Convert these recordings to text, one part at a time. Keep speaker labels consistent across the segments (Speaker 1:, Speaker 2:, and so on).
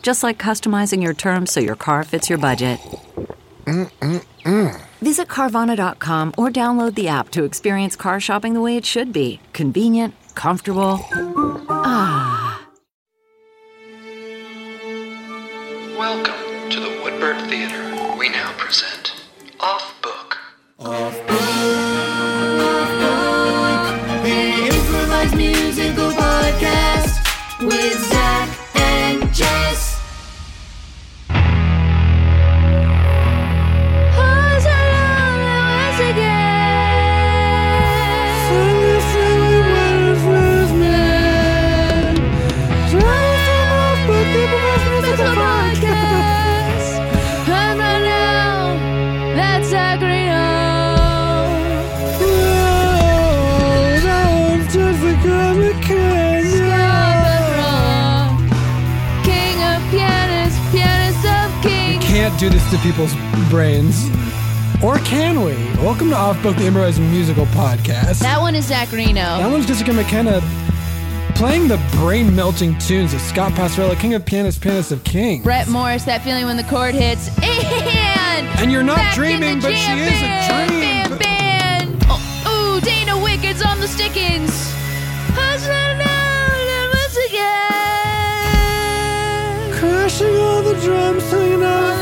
Speaker 1: Just like customizing your terms so your car fits your budget. Visit Carvana.com or download the app to experience car shopping the way it should be convenient, comfortable.
Speaker 2: Welcome to the Woodbird Theater. We now present Off Book.
Speaker 3: The improvised musical podcast with Zach and Jess. Who's alone once again? Friendly, friendly, waterproof man. Trying to off, but the improvised musical podcast. And right now, let's agree on. King of pianists, pianist of king.
Speaker 4: can't do this to people's brains. Or can we? Welcome to Off Book, the improvised musical podcast.
Speaker 3: That one is Zach Reno.
Speaker 4: That one's Jessica McKenna playing the brain melting tunes of Scott Passarella, King of Pianists, Pianist of Kings.
Speaker 3: Brett Morris, that feeling when the chord hits. And,
Speaker 4: And you're not
Speaker 3: back
Speaker 4: dreaming,
Speaker 3: in the
Speaker 4: but she
Speaker 3: jam
Speaker 4: is a
Speaker 3: band,
Speaker 4: dream.
Speaker 3: Band, band. Oh, ooh, Dana Wickens on the stickins. Hustling out and once again.
Speaker 4: Crashing all the drums, singing out of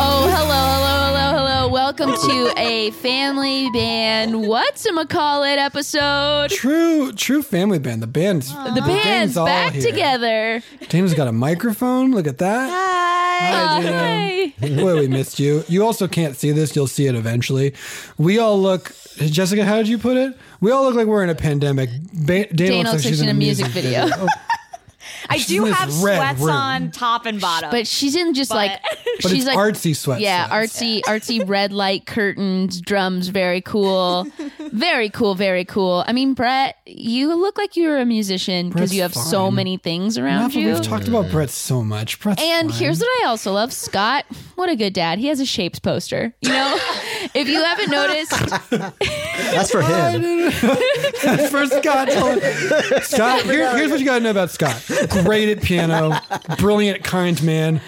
Speaker 3: Oh, hello, hello, hello, hello. Welcome to a family band. What's a call it episode?
Speaker 4: True, true family band. The band's
Speaker 3: The band's
Speaker 4: all
Speaker 3: back
Speaker 4: here.
Speaker 3: together.
Speaker 4: Dana's got a microphone. Look at that.
Speaker 3: Oh,
Speaker 4: Dana.
Speaker 3: hey.
Speaker 4: Boy, we missed you. You also can't see this. You'll see it eventually. We all look, Jessica, how did you put it? We all look like we're in a pandemic. Ba- Dana,
Speaker 3: Dana looks like she's in a music video.
Speaker 4: Oh,
Speaker 5: I do
Speaker 4: in this
Speaker 5: have
Speaker 4: red
Speaker 5: sweats
Speaker 4: room.
Speaker 5: on top and bottom.
Speaker 3: But she's in just like
Speaker 4: but
Speaker 3: she's
Speaker 4: it's
Speaker 3: like
Speaker 4: artsy sweat.
Speaker 3: yeah, artsy, artsy red light curtains, drums, very cool, very cool, very cool. I mean, Brett, you look like you're a musician because
Speaker 4: Brett's
Speaker 3: you have so
Speaker 4: fine.
Speaker 3: many things around
Speaker 4: Enough,
Speaker 3: you.
Speaker 4: we've talked about Brett so much. Brett's
Speaker 3: And
Speaker 4: fine.
Speaker 3: here's what I also love Scott. What a good dad. He has a shapes poster. You know, if you haven't noticed,
Speaker 6: That's for him.
Speaker 4: for Scott. Tillman. Scott, here- here's what you got to know about Scott. Great at piano, brilliant, kind man.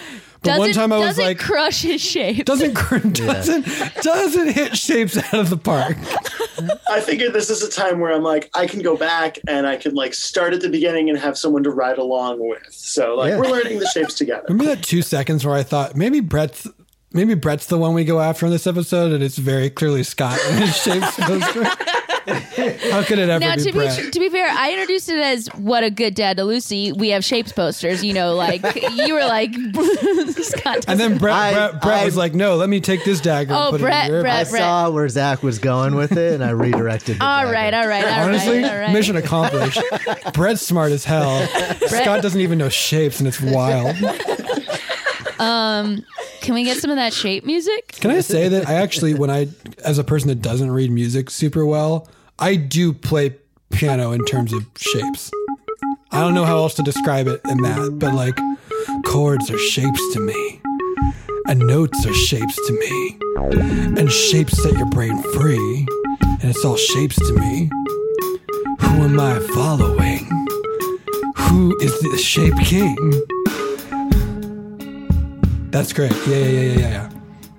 Speaker 4: But
Speaker 3: doesn't,
Speaker 4: one time I was
Speaker 3: doesn't
Speaker 4: like,
Speaker 3: crush his shape.
Speaker 4: doesn't cr- doesn't doesn't hit shapes out of the park.
Speaker 7: I figured this is a time where I'm like, I can go back and I can like start at the beginning and have someone to ride along with. So like
Speaker 6: Yeah.
Speaker 7: we're learning the shapes together.
Speaker 4: Remember that two seconds where I thought maybe Brett's maybe Brett's the one we go after in this episode, and it's very clearly Scott and his shapes poster. How could it ever
Speaker 3: Now
Speaker 4: be
Speaker 3: to be
Speaker 4: Brett?
Speaker 3: to be fair, I introduced it as "What a good dad to Lucy." We have shapes posters, you know. Like you were like Scott.
Speaker 4: and then Brett,
Speaker 6: I-
Speaker 4: Brett, Brett
Speaker 6: I-
Speaker 4: was like, "No, let me take this dagger." and
Speaker 3: Oh,
Speaker 4: put
Speaker 3: Brett,
Speaker 4: it in
Speaker 6: I
Speaker 3: Brett, Brett.
Speaker 6: saw where Zach was going with it, and I redirected. the
Speaker 3: All
Speaker 6: dagger.
Speaker 3: right, all right, all right,
Speaker 4: Honestly,
Speaker 3: all right.
Speaker 4: mission accomplished. Brett's smart as hell. Scott doesn't even know shapes, and it's wild.
Speaker 3: Can we get some of that shape music?
Speaker 4: Can I say that I actually, when I, as a person that doesn't read music super well, I do play piano in terms of shapes. I don't know how else to describe it in that, but like chords are shapes to me, and notes are shapes to me, and shapes set your brain free, and it's all shapes to me. Who am I following? Who is the shape king? That's great. Yeah, yeah, yeah, yeah, yeah, yeah.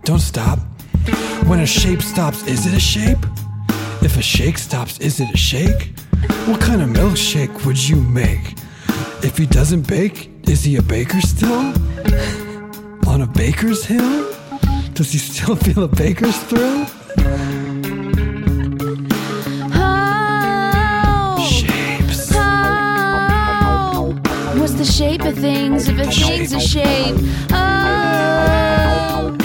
Speaker 4: Don't stop. When a shape stops, is it a shape? If a shake stops, is it a shake? What kind of milkshake would you make? If he doesn't bake, is he a baker still? on a baker's hill? Does he still feel a baker's thrill?
Speaker 3: How?
Speaker 4: Shapes.
Speaker 3: How? What's the shape of things if a thing's a shape? Oh,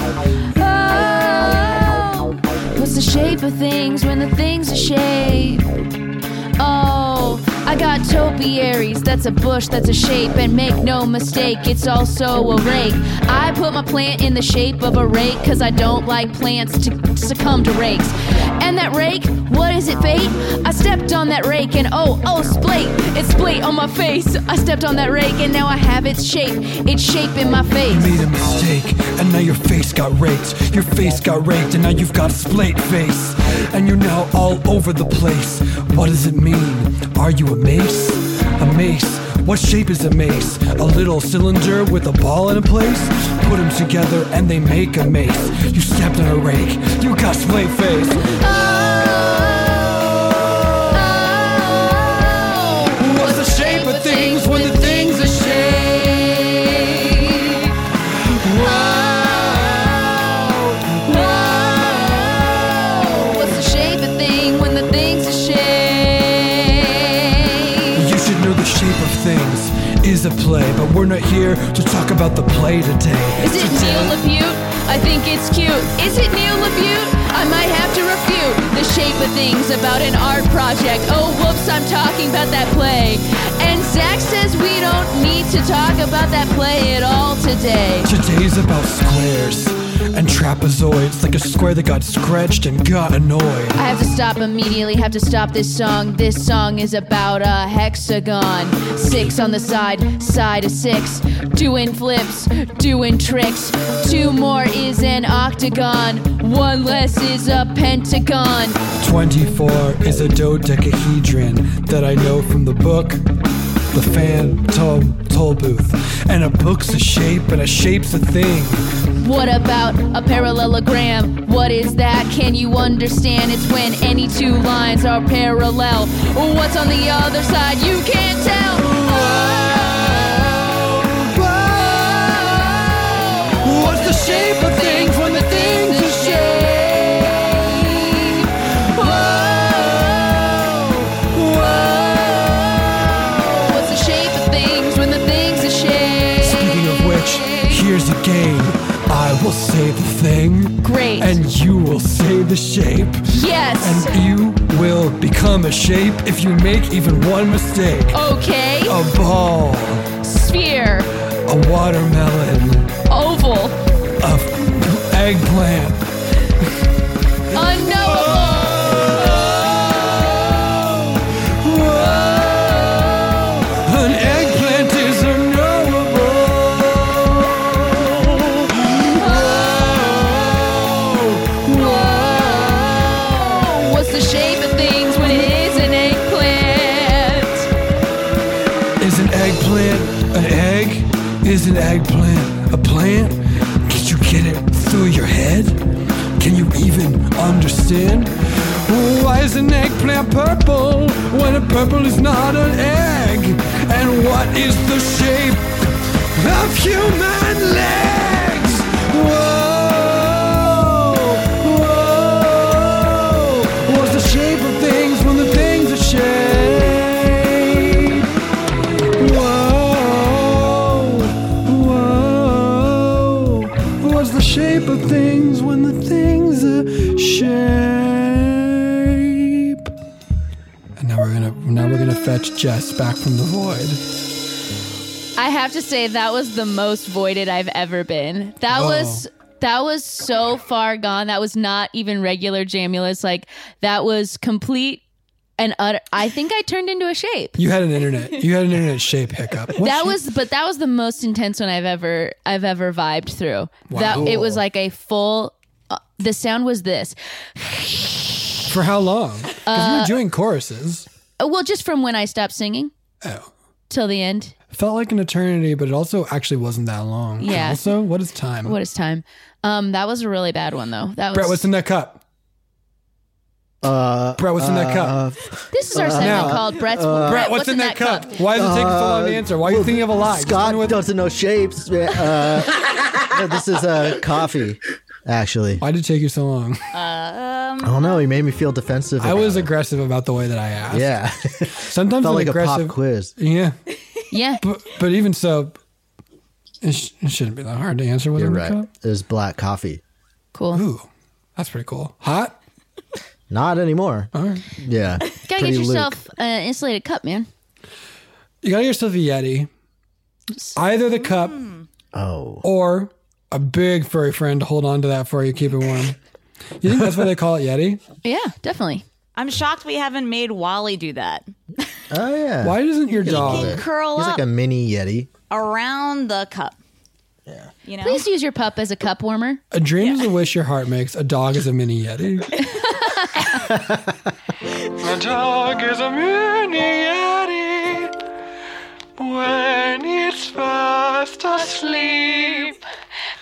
Speaker 3: oh. What's the shape of things when the thing's a shape? Oh, I got topiaries. That's a bush, that's a shape. And make no mistake, it's also a rake. I put my plant in the shape of a rake because I don't like plants to succumb to rakes. And that rake, what is it, fate? I stepped on that rake and oh, oh, splate. It's splate on my face. I stepped on that rake and now I have its shape. It's shape in my face.
Speaker 4: Made a mistake, and now your face got raked. Your face got raked, and now you've got a splate face. And you're now all over the place. What does it mean? Are you a mace? A mace? What shape is a mace? A little cylinder with a ball in a place? Put them together and they make a mace. You stepped on a rake, you got splate face.
Speaker 3: Oh,
Speaker 4: What's the shape of things when the thing's a shape? Wow. Wow.
Speaker 3: What's the shape of thing when the thing's a shape?
Speaker 4: You should know the shape of things is a play, but we're not here to talk about the play today.
Speaker 3: Is it Neil LaBute? I think it's cute. Is it Neil LaBute? I might have to refute the shape of things about an art project. Oh, whoops, I'm talking about that play. And Zach says we don't need to talk about that play at all today.
Speaker 4: Today's about squares and trapezoids, like a square that got scratched and got annoyed.
Speaker 3: I have to stop immediately, have to stop this song. This song is about a hexagon. Six on the side, side of six. Doing flips, doing tricks. Two more is an octagon. One less is a pentagon.
Speaker 4: 24 is a dodecahedron that I know from the book. The Phantom Toll Booth. And a book's a shape, and a shape's a thing.
Speaker 3: What about a parallelogram? What is that? Can you understand? It's when any two lines are parallel. What's on the other side? You can't tell.
Speaker 4: What's the shape of things when the thing's a shape?
Speaker 3: What's the shape of things when the thing's a shape?
Speaker 4: Speaking of which, here's a game. I will say the thing,
Speaker 3: Great.
Speaker 4: and you will say the shape,
Speaker 3: yes.
Speaker 4: and you will become a shape if you make even one mistake.
Speaker 3: okay.
Speaker 4: A ball,
Speaker 3: Sphere.
Speaker 4: a watermelon,
Speaker 3: Oval.
Speaker 4: a f- eggplant.
Speaker 3: Unknowable.
Speaker 4: An eggplant is unknowable.
Speaker 3: Whoa. What's the shape of things when it is an eggplant?
Speaker 4: Is an eggplant an egg? Is an eggplant a plant? Can you get it through your head? Can you even understand? Why is an eggplant purple when a purple is not an egg? And what is the shape of human legs? Whoa, whoa. What's the shape of things when the things are shaped? Whoa, whoa. What's the shape of things when the things are shape? And now we're gonna now we're gonna fetch Jess back from the void.
Speaker 3: I have to say that was the most voided I've ever been. That
Speaker 4: Oh.
Speaker 3: was that was so far gone. That was not even regular Jamulus. Like that was complete and utter. I think I turned into a shape.
Speaker 4: You had an internet. You had an internet shape hiccup. What
Speaker 3: That
Speaker 4: shape-
Speaker 3: was, but that was the most intense one I've ever I've ever vibed through. That it was like a full. Uh, the sound was this.
Speaker 4: for how long? Because you were doing choruses.
Speaker 3: Uh, Well, just from when I stopped singing
Speaker 4: Oh.
Speaker 3: till the end.
Speaker 4: Felt like an eternity, but it also actually wasn't that long. And
Speaker 3: Yeah.
Speaker 4: Also, what is time?
Speaker 3: What is time? Um, that was a really bad one though. That was
Speaker 4: Brett, what's in that cup? Brett, what's in that cup?
Speaker 3: This is our segment
Speaker 4: now- uh,
Speaker 3: called Brett's.
Speaker 4: Brett, what's, in that cup? Why is it taking so long to answer? Why are you thinking of a lie? Just tell me
Speaker 6: Uh, Scott
Speaker 4: what-
Speaker 6: doesn't know shapes. man. Uh, no, this is uh, coffee, actually.
Speaker 4: Why did it take you so long?
Speaker 6: I don't know. He made me feel defensive.
Speaker 4: I was
Speaker 6: about
Speaker 4: aggressive about the way that I asked.
Speaker 6: it. yeah.
Speaker 4: Sometimes
Speaker 6: Felt
Speaker 4: I'm
Speaker 6: like a
Speaker 4: aggressive.
Speaker 6: pop quiz.
Speaker 4: Yeah.
Speaker 3: Yeah.
Speaker 4: But, but even so, it, sh- it shouldn't be that hard to answer. Was
Speaker 6: You're
Speaker 4: in the
Speaker 6: right.
Speaker 4: cup?
Speaker 6: It was black coffee.
Speaker 3: Cool.
Speaker 4: Ooh, that's pretty cool. Hot.
Speaker 6: Not anymore.
Speaker 4: All right.
Speaker 6: Yeah.
Speaker 3: Gotta
Speaker 6: Pretty
Speaker 3: get
Speaker 6: Luke.
Speaker 3: yourself an insulated cup, man.
Speaker 4: You gotta get yourself a Yeti, either the cup
Speaker 6: Oh.
Speaker 4: or a big furry friend to hold on to that for you, keep it warm. You think that's why they call it Yeti?
Speaker 3: Yeah, definitely.
Speaker 5: I'm shocked we haven't made Wally do that.
Speaker 6: Oh yeah.
Speaker 4: Why doesn't your
Speaker 5: He
Speaker 4: dog?
Speaker 5: can curl
Speaker 6: He's
Speaker 5: up
Speaker 6: like a mini Yeti.
Speaker 5: around the cup. Yeah. You know?
Speaker 3: Please use your pup as a cup warmer.
Speaker 4: A dream is a wish your heart makes. A dog is a mini Yeti.
Speaker 2: A dog is a mini yeti when it's fast asleep.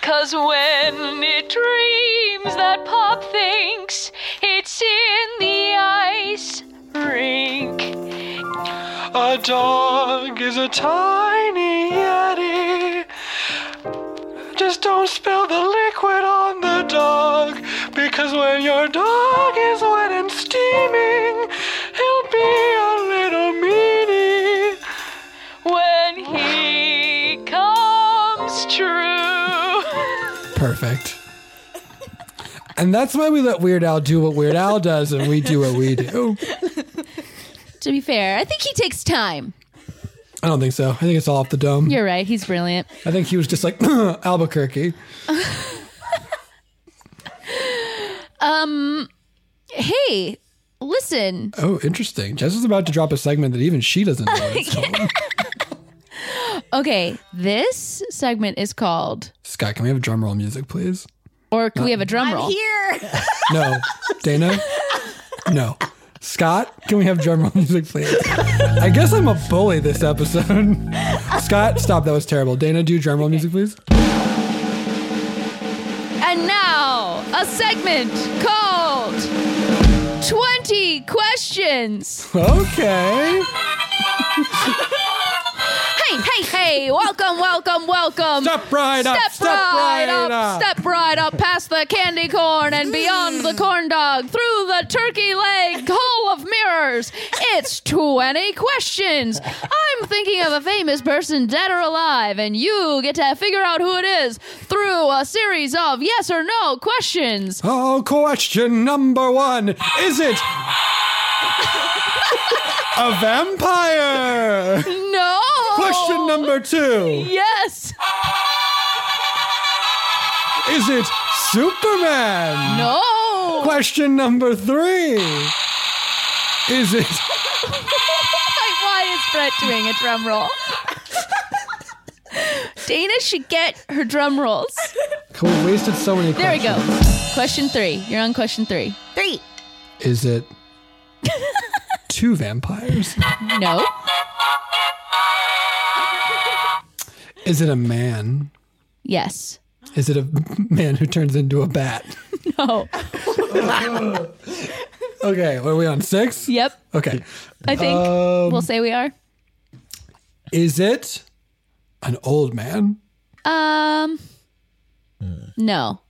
Speaker 2: Cause when it dreams, that pup thinks it's in the ice rink. A dog is a tiny yeti. Just don't spill the liquid on the dog, because when your dog is wet and steaming, he'll be a little meanie. When he comes true.
Speaker 4: Perfect. And that's why we let Weird Al do what Weird Al does, and we do what we do.
Speaker 3: To be fair, I think he takes time.
Speaker 4: I don't think so. I think it's all off the dome.
Speaker 3: You're right. He's brilliant.
Speaker 4: I think he was just like Albuquerque.
Speaker 3: Hey, listen.
Speaker 4: Oh, interesting. Jess is about to drop a segment that even she doesn't know. what It's called.
Speaker 3: Okay, this segment is called,
Speaker 4: Scott, can we have drum roll music, please?
Speaker 3: or can we have a drum roll?
Speaker 5: Here.
Speaker 4: No. Dana? No. Scott, can we have drum roll music, please? I guess I'm a bully this episode. Scott, stop. That was terrible. Dana, do drum roll music, please.
Speaker 3: And now, a segment called 20 Questions.
Speaker 4: Okay.
Speaker 3: Hey, hey, hey, welcome, welcome, welcome.
Speaker 4: Step right up.
Speaker 3: Step, right, up,
Speaker 4: up. Mm.
Speaker 3: Step right up past the candy corn and beyond the corn dog through the turkey leg hall of mirrors. It's 20 questions. I'm thinking of a famous person dead or alive, and you get to figure out who it is through a series of yes or no questions.
Speaker 4: Oh, question number one. Is it a vampire?
Speaker 3: No!
Speaker 4: Question number two.
Speaker 3: Yes!
Speaker 4: Is it Superman?
Speaker 3: No!
Speaker 4: Question number three. Is it
Speaker 3: Like, why is Brett doing a drum roll? Dana should get her drum rolls.
Speaker 4: We wasted so many
Speaker 3: There we
Speaker 4: questions.
Speaker 3: go. Question three. You're on question three.
Speaker 5: Three.
Speaker 4: Is it two vampires?
Speaker 3: No.
Speaker 4: Is it a man?
Speaker 3: Yes.
Speaker 4: Is it a man who turns into a bat?
Speaker 3: No.
Speaker 4: Okay, what are we on? Six?
Speaker 3: Yep.
Speaker 4: Okay.
Speaker 3: I think we'll say we are.
Speaker 4: Is it an old man?
Speaker 3: Um. No.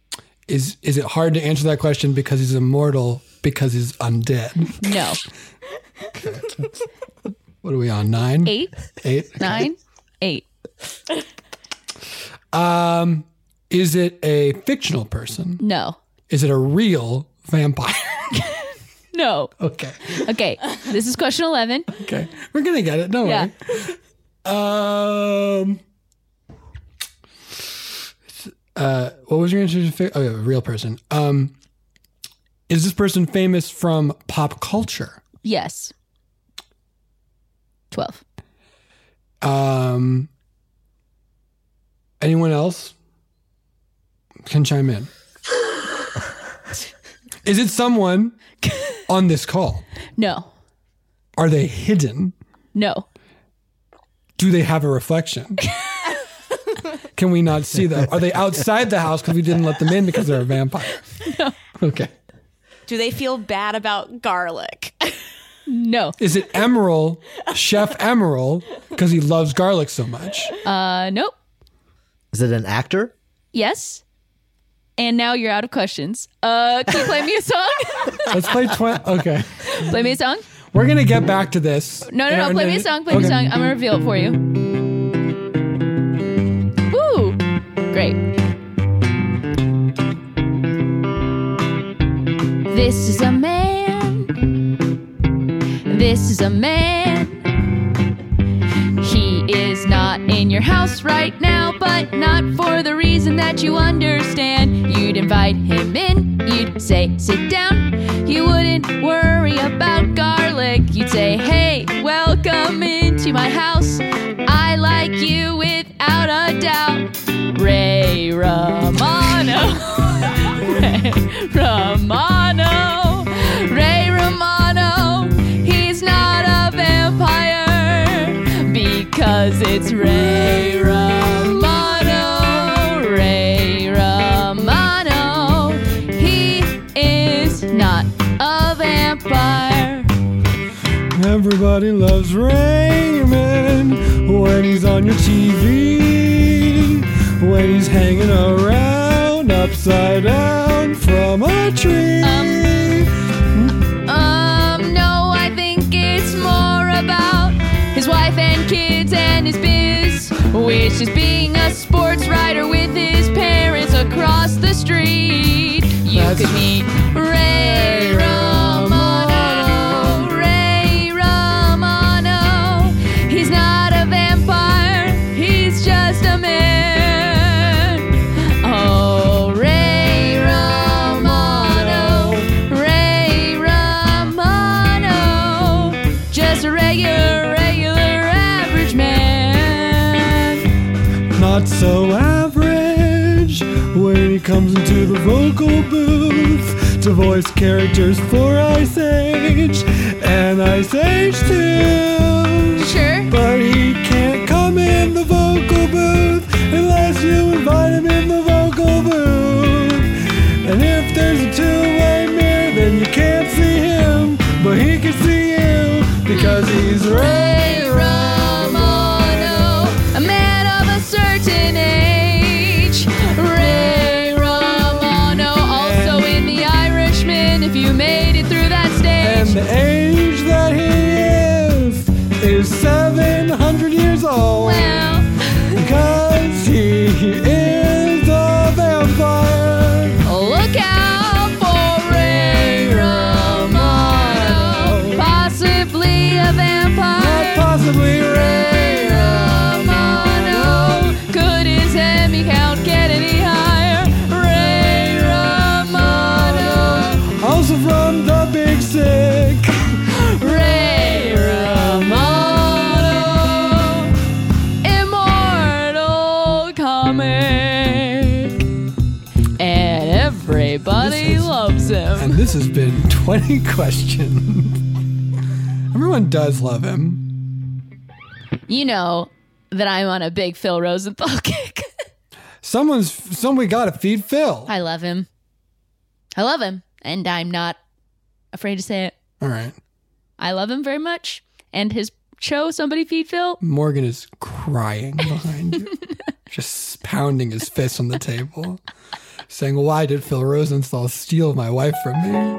Speaker 4: Is is it hard to answer that question because he's immortal because he's undead?
Speaker 3: No.
Speaker 4: What are we on? Nine?
Speaker 3: Eight.
Speaker 4: Eight?
Speaker 3: Nine. Eight.
Speaker 4: Is it a fictional person?
Speaker 3: No.
Speaker 4: Is it a real vampire?
Speaker 3: No.
Speaker 4: okay.
Speaker 3: Okay. This is question eleven.
Speaker 4: Okay. We're gonna get it, don't
Speaker 3: Yeah.
Speaker 4: worry. Um. Uh, what was your answer to fi- oh, yeah, real person? Um, is this person famous from pop culture?
Speaker 3: Yes. Twelve.
Speaker 4: Um, anyone else can chime in. is it someone on this call?
Speaker 3: No.
Speaker 4: Are they hidden?
Speaker 3: No.
Speaker 4: do they have a reflection? Can we not see them? Are they outside the house because we didn't let them in because they're a vampire? Okay.
Speaker 5: Do they feel bad about garlic?
Speaker 3: No.
Speaker 4: Is it Emerald, Chef Emerald, because he loves garlic so much?
Speaker 3: Uh, nope.
Speaker 6: Is it an actor?
Speaker 3: Yes. And now you're out of questions. Uh, can you play me a song?
Speaker 4: Let's play twenty. Okay,
Speaker 3: play me a song?
Speaker 4: we're gonna get back to this.
Speaker 3: No, no, no. Play me a song. Play me a song. I'm gonna reveal it for you. Woo! Great. This is a man. This is a man. He is not in your house right now, but not for the reason that you understand. You'd invite him in, you'd say, sit down. You wouldn't worry about garlic. You'd say, hey, welcome into my house. I like you without a doubt. Ray Romano. Ray Romano. Ray Romano. He's not a vampire because it's Ray Romano. Ray Romano. He is not a vampire.
Speaker 4: Everybody loves Raymond when he's on your TV, when he's hanging around upside down from a tree.
Speaker 3: Um, no, I think it's more about his wife and kids and his biz, which is being a sports writer with his parents across the street. You
Speaker 4: That's-
Speaker 3: could meet Ray Romano. Ray Romano. He's not a vampire, he's just a man. Oh, Ray Romano, Ray Romano, just a regular, regular average man.
Speaker 4: Not so average when he comes into the vocal booth to voice characters for Ice Age and Ice Age 2.
Speaker 3: Sure.
Speaker 4: But he can't come in the vocal booth unless you invite him in the vocal booth. And if there's a two-way mirror, then you can't see him, but he can see you because he's
Speaker 3: Ray
Speaker 4: Ray
Speaker 3: Romano, a man of a certain age. Ray Romano, also in The Irishman, if you made it through that
Speaker 4: And
Speaker 3: stage.
Speaker 4: the age that he is is 700 years old
Speaker 3: Well,
Speaker 4: because he is a vampire.
Speaker 3: Look out for Ray Romano, possibly a
Speaker 4: Not
Speaker 3: vampire.
Speaker 4: possibly
Speaker 3: Ray
Speaker 4: Ray.
Speaker 3: Romano, could his Emmy count get any higher? Ray Romano,
Speaker 4: Also from the Big Sick.
Speaker 3: Ray Romano, immortal comic, and everybody loves him.
Speaker 4: And this has been 20 questions. Everyone does love him.
Speaker 3: you know that I'm on a big Phil Rosenthal kick.
Speaker 4: Someone's some we gotta feed Phil.
Speaker 3: I love him. I love him. And I'm not afraid to say it.
Speaker 4: All right.
Speaker 3: I love him very much. And his show, Somebody Feed Phil,
Speaker 4: Morgan is crying behind you, just pounding his fist on the table, saying, Why did Phil Rosenthal steal my wife from me?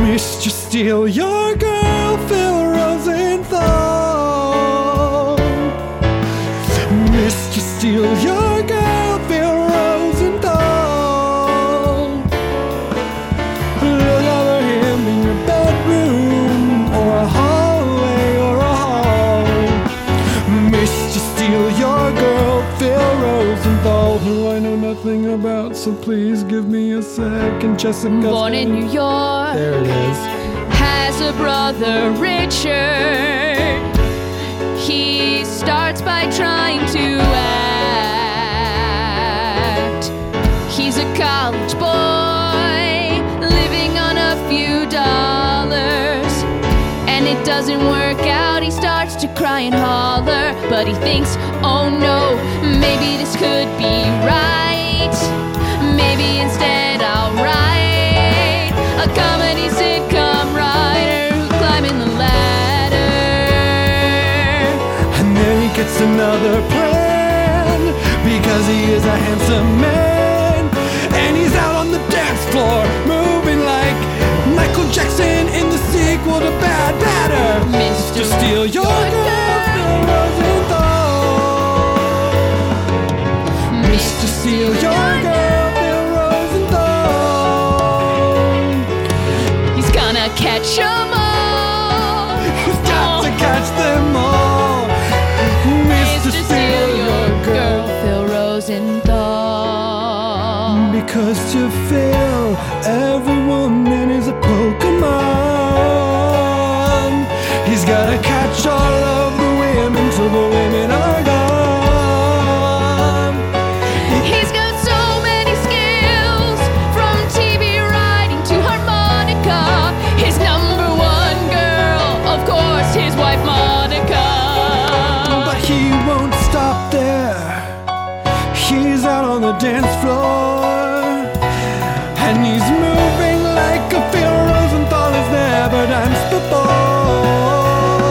Speaker 4: Mr. Steal Your Girl, Phil Rosenthal. Mr. Steal Your Girl, Phil Rosenthal. Another him in your bedroom or a hallway or a hall. Mr. Steal your girl, Phil Rosenthal, who I know nothing about, so please give me a second, Jessica.
Speaker 3: born in New York,
Speaker 4: There it is.
Speaker 3: has a brother, Richard. He starts by trying to act. He's a college boy living on a few dollars. And it doesn't work out, he starts to cry and holler.
Speaker 8: color, but he thinks, oh no, maybe this could be right. Maybe instead I'll write a comedy sitcom writer who's climbing the ladder.
Speaker 4: And then he gets another plan because he is a handsome man. And he's out on the dance floor moving like Michael Jackson in the sequel to Bad Batter. Mr. Steal Your Girl, Phil Rosenthal. Mr. Steal Your Girl, Phil Rosenthal.
Speaker 8: He's gonna catch 'em all.
Speaker 4: He's got to catch them all. Mr. Steal Your Girl.
Speaker 8: Phil Rosenthal.
Speaker 4: Because to fail, every woman is a Pokemon. He's gotta catch all of the women till the women are gone.
Speaker 8: He's got so many skills, from TV writing to harmonica. His number one girl, of course, his wife Monica.
Speaker 4: But he won't stop there. He's out on the dance floor. And he's moving like a Phil Rosenthal has never danced before.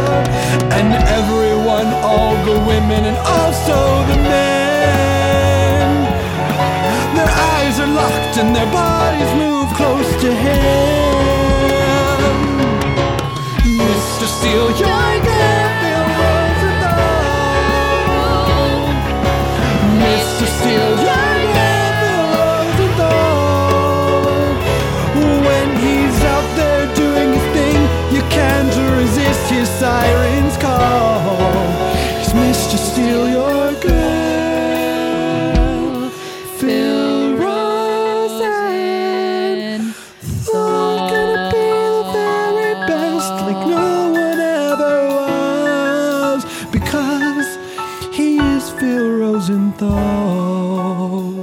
Speaker 4: And everyone, all the women, and also the men, their eyes are locked and their bodies move close to him. Mr. Steal Your Girl, Phil Rosenthal. Mr. Steal Your Girl, Phil Rosenthal. When he's out there doing his thing, you can't resist his siren's call. He's Mr. Steal Your Girl, Phil Rosenthal. All gonna be the very best, like no one ever was, because he is Phil Rosenthal.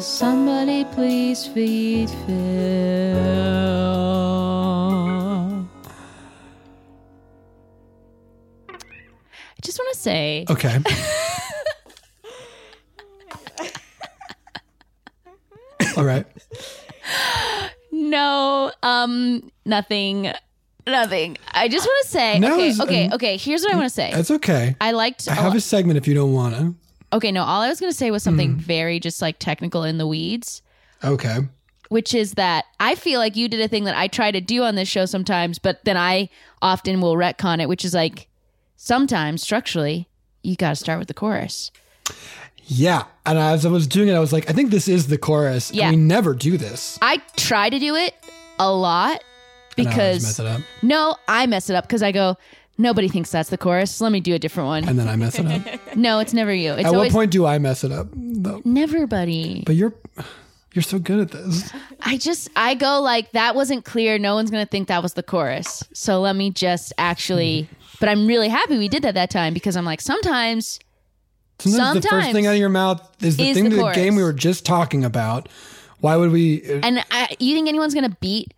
Speaker 8: Somebody please feed Phil.
Speaker 3: I just want to say
Speaker 7: Okay. All right.
Speaker 3: no, um, nothing, nothing. I just want to say
Speaker 7: No,
Speaker 3: okay,
Speaker 7: it's-
Speaker 3: okay, okay. Here's what I want to say.
Speaker 7: That's okay.
Speaker 3: I liked.
Speaker 7: I have a Hmm. segment if you don't want to.
Speaker 3: okay, no, all I was gonna say was something very just like technical in the weeds.
Speaker 7: Okay.
Speaker 3: which is that I feel like you did a thing that I try to do on this show sometimes, but then I often will retcon it, which is like sometimes structurally, you got to start with the chorus.
Speaker 7: Yeah. And as I was doing it, I was like, I think this is the chorus. and
Speaker 3: Yeah.
Speaker 7: we never do this.
Speaker 3: I try to do it a lot
Speaker 7: And I always mess
Speaker 3: because
Speaker 7: it up.
Speaker 3: no, I mess it up because I go, nobody thinks that's the chorus. Let me do a different one.
Speaker 7: And then I mess it up.
Speaker 3: No, it's never you. It's
Speaker 7: At what
Speaker 3: always
Speaker 7: point do I mess it up? Though?
Speaker 3: never buddy.
Speaker 7: But you're you're so good at this.
Speaker 3: I just, I go like, that wasn't clear. No one's going to think that was the chorus. So let me just actually,
Speaker 7: Mm-hmm.
Speaker 3: but I'm really happy we did that that time because I'm like, sometimes
Speaker 7: Sometimes, the first
Speaker 3: Sometimes
Speaker 7: thing out of your mouth is the
Speaker 3: is
Speaker 7: thing
Speaker 3: the
Speaker 7: to the
Speaker 3: chorus.
Speaker 7: game we were just talking about. Why would we? uh,
Speaker 3: And I, you think anyone's gonna beat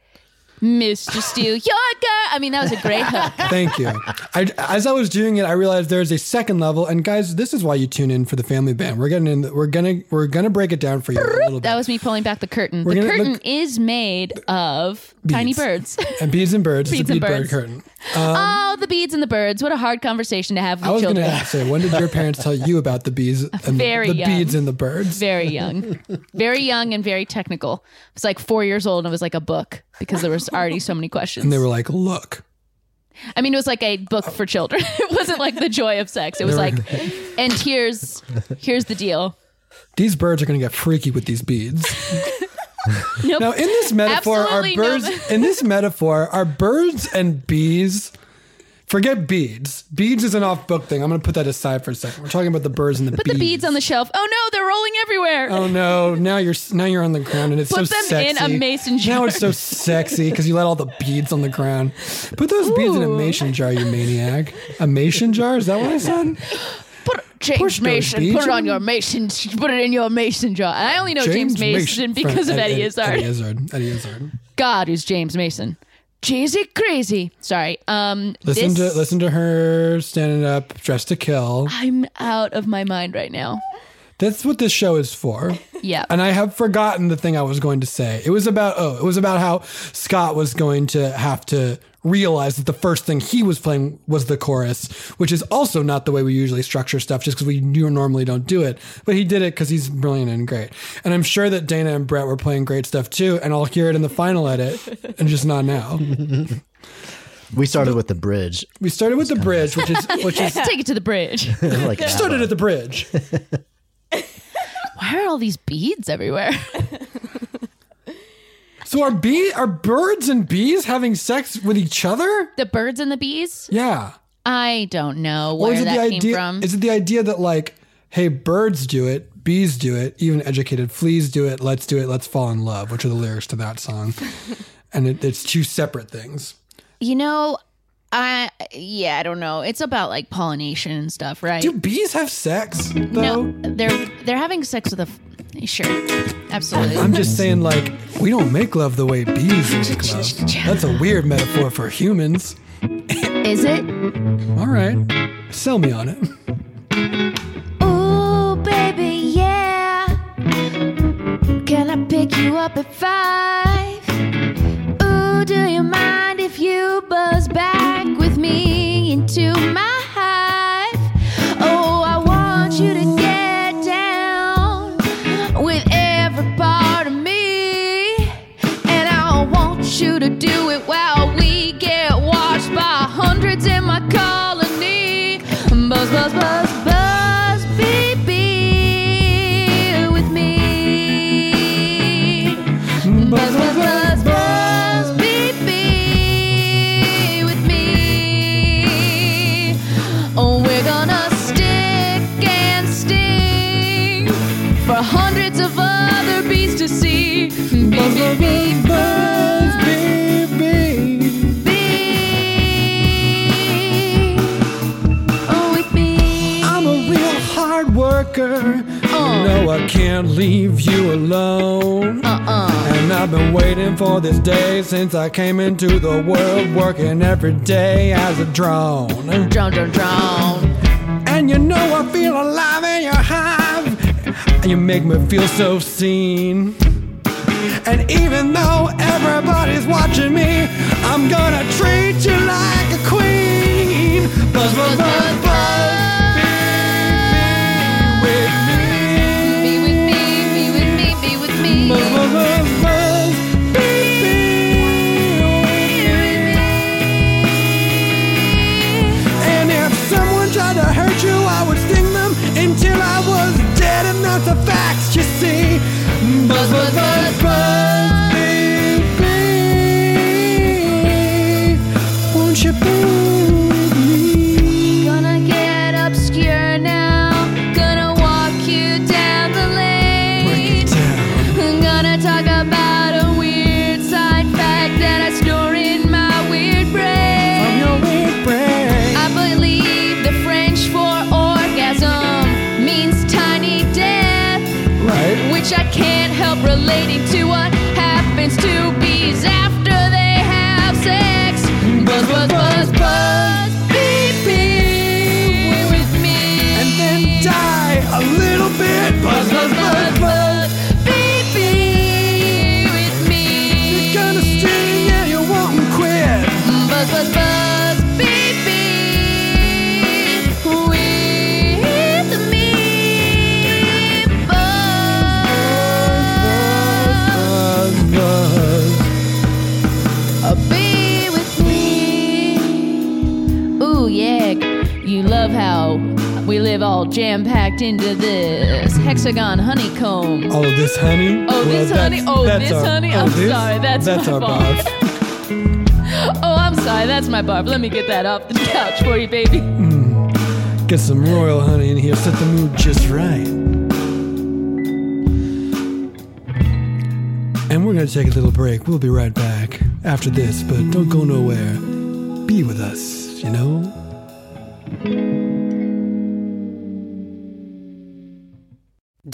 Speaker 3: Mr. Stew Yorker? I mean, that was a great hook.
Speaker 7: Thank you. I, as I was doing it, I realized there is a second level. And guys, this is why you tune in for the family band. We're getting in. the- We're gonna we're gonna break it down for you a little bit.
Speaker 3: That was me pulling back the curtain.
Speaker 7: We're
Speaker 3: the
Speaker 7: gonna
Speaker 3: curtain
Speaker 7: look-
Speaker 3: is made of tiny
Speaker 7: Beads.
Speaker 3: birds.
Speaker 7: and bees and birds.
Speaker 3: Beads
Speaker 7: it's a
Speaker 3: and
Speaker 7: bead bird
Speaker 3: birds.
Speaker 7: curtain.
Speaker 3: oh, the beads and the birds. What a hard conversation to have with
Speaker 7: I was
Speaker 3: children.
Speaker 7: gonna say, when did your parents tell you about the bees and
Speaker 3: Very
Speaker 7: the, the
Speaker 3: young.
Speaker 7: beads and the birds?
Speaker 3: Very young. Very young and very technical. I was like four years old and it was like a book because there was already so many questions.
Speaker 7: And they were like, look.
Speaker 3: I mean, it was like a book for children. it wasn't like the joy of sex. It was like, and here's here's the deal.
Speaker 7: These birds are going to get freaky with these beads.
Speaker 3: Nope.
Speaker 7: Now, in this metaphor, our
Speaker 3: Absolutely
Speaker 7: birds.
Speaker 3: not.
Speaker 7: In this metaphor, are birds and bees. Forget beads. Beads is an off-book thing. I'm going to put that aside for a second. We're talking about the birds and the
Speaker 3: Put
Speaker 7: bees.
Speaker 3: the beads on the shelf. Oh no, they're rolling everywhere.
Speaker 7: Oh no! Now you're now you're on the ground, and it's
Speaker 3: Put
Speaker 7: so
Speaker 3: them
Speaker 7: sexy.
Speaker 3: in a mason jar.
Speaker 7: Now it's so sexy because you let all the beads on the ground. Put those beads in a
Speaker 3: Ooh.
Speaker 7: mason jar, you maniac. A mason jar? Is that what I said?
Speaker 3: Put James
Speaker 7: Push those
Speaker 3: Mason.
Speaker 7: beads
Speaker 3: Put it
Speaker 7: in.
Speaker 3: on your Mason. Put it in your Mason jar. And I only know James, Mason,
Speaker 7: Mason-
Speaker 3: because
Speaker 7: from
Speaker 3: of Eddie
Speaker 7: Eddie
Speaker 3: Izzard.
Speaker 7: Eddie Izzard. Eddie Izzard.
Speaker 3: God is James Mason.
Speaker 5: cheesy crazy. Sorry. Um,
Speaker 4: Listen
Speaker 5: this-
Speaker 4: to listen to her standing up, dressed to kill.
Speaker 5: I'm out of my mind right now.
Speaker 4: That's what this show is for.
Speaker 5: Yeah.
Speaker 4: And I have forgotten the thing I was going to say. It was about oh, it was about how Scott was going to have to realize that the first thing he was playing was the chorus, which is also not the way we usually structure stuff just because we nu- normally don't do it. But he did it because he's brilliant and great. And I'm sure that Dana and Brett were playing great stuff too, and I'll hear it in the final edit and just not now.
Speaker 6: We started with the bridge.
Speaker 4: We started with the bridge, which is which is
Speaker 5: Let's take it to the bridge.
Speaker 6: like
Speaker 4: started at the bridge.
Speaker 5: Why are all these beads everywhere?
Speaker 4: So are bee are birds and bees having sex with each other?
Speaker 5: the birds and the bees?
Speaker 4: Yeah.
Speaker 5: I don't know
Speaker 4: Or
Speaker 5: where
Speaker 4: is it
Speaker 5: that
Speaker 4: the
Speaker 5: came
Speaker 4: idea?
Speaker 5: from.
Speaker 4: Is it the idea that like, hey, birds do it, bees do it, even educated fleas do it. Let's do it. Let's fall in love, which are the lyrics to that song, and it, it's two separate things.
Speaker 5: you know, I yeah, I don't know. It's about like pollination and stuff, right?
Speaker 4: Do bees have sex though?
Speaker 5: no, they're they're having sex with a f- sure, absolutely.
Speaker 4: I'm just saying, like, we don't make love the way bees make love. That's a weird metaphor for humans.
Speaker 5: Is it?
Speaker 4: All right, sell me on it.
Speaker 3: Ooh, baby, yeah. Can I pick you up at five? Ooh, do you mind if you buzz back with me into my hive? Oh, I want you to get down with every part of me. And I want you to do it while we get watched by hundreds in my colony. Buzz, buzz, buzz, buzz, bee, bee with me. Buzz, buzz, buzz, buzz, bee, bee with me. Oh, we're gonna stick and sting for hundreds of other bees to see. Bee, bee, bee, buzz, bee, bee. Oh, with me.
Speaker 4: I'm a real hard worker.
Speaker 3: Uh.
Speaker 4: No, I can't leave you alone.
Speaker 5: Uh-uh.
Speaker 4: And I've been waiting for this day since I came into the world, working every day as a drone.
Speaker 5: Drown, drown, drown.
Speaker 4: And you know I feel alive in your hive. You make me feel so seen. And even though everybody's watching me, I'm gonna treat you like a queen. Buzz, buzz, buzz, buzz. Be with me.
Speaker 3: Be with me, be with me, be with me.
Speaker 4: Buzz, buzz, buzz, buzz. Be with me. And if someone tried to hurt you, I would sting them until I was dead, and that's a fact, you see. Buzz, buzz, buzz, buzz, baby. Won't you be with me?
Speaker 3: Gonna get obscure now. Gonna walk you down the lane. Gonna talk about a weird side fact that I store in my weird brain.
Speaker 4: I'm your weird brain.
Speaker 3: I believe the French for orgasm means tiny death,
Speaker 4: Right?
Speaker 3: which I can't help relating to what happens to bees after they have sex. Buzz, buzz, buzz, buzz, bee, bee with me.
Speaker 4: And then die a little bit. Buzz, buzz, buzz, buzz.
Speaker 3: Bee, bee with me.
Speaker 4: You're gonna sting and you won't quit.
Speaker 3: Buzz, buzz, buzz, bee, bee with me. Buzz.
Speaker 4: Buzz, buzz.
Speaker 5: Be with me. Ooh, yeah. You love how we live all jam packed into this hexagon honeycomb.
Speaker 4: Oh, this honey.
Speaker 5: Oh, this honey.
Speaker 4: that's-
Speaker 5: Oh,
Speaker 4: that's
Speaker 5: this
Speaker 4: our-
Speaker 5: honey.
Speaker 4: oh,
Speaker 5: I'm
Speaker 4: this-
Speaker 5: sorry. That's
Speaker 4: that's
Speaker 5: my
Speaker 4: our
Speaker 5: fault.
Speaker 4: boss.
Speaker 5: Oh, I'm sorry. That's my barb. Let me get that off the couch for you, baby.
Speaker 4: Get some royal honey in here. Set the mood just right. And we're gonna take a little break. We'll be right back after this, but don't go nowhere. Be with us, you know.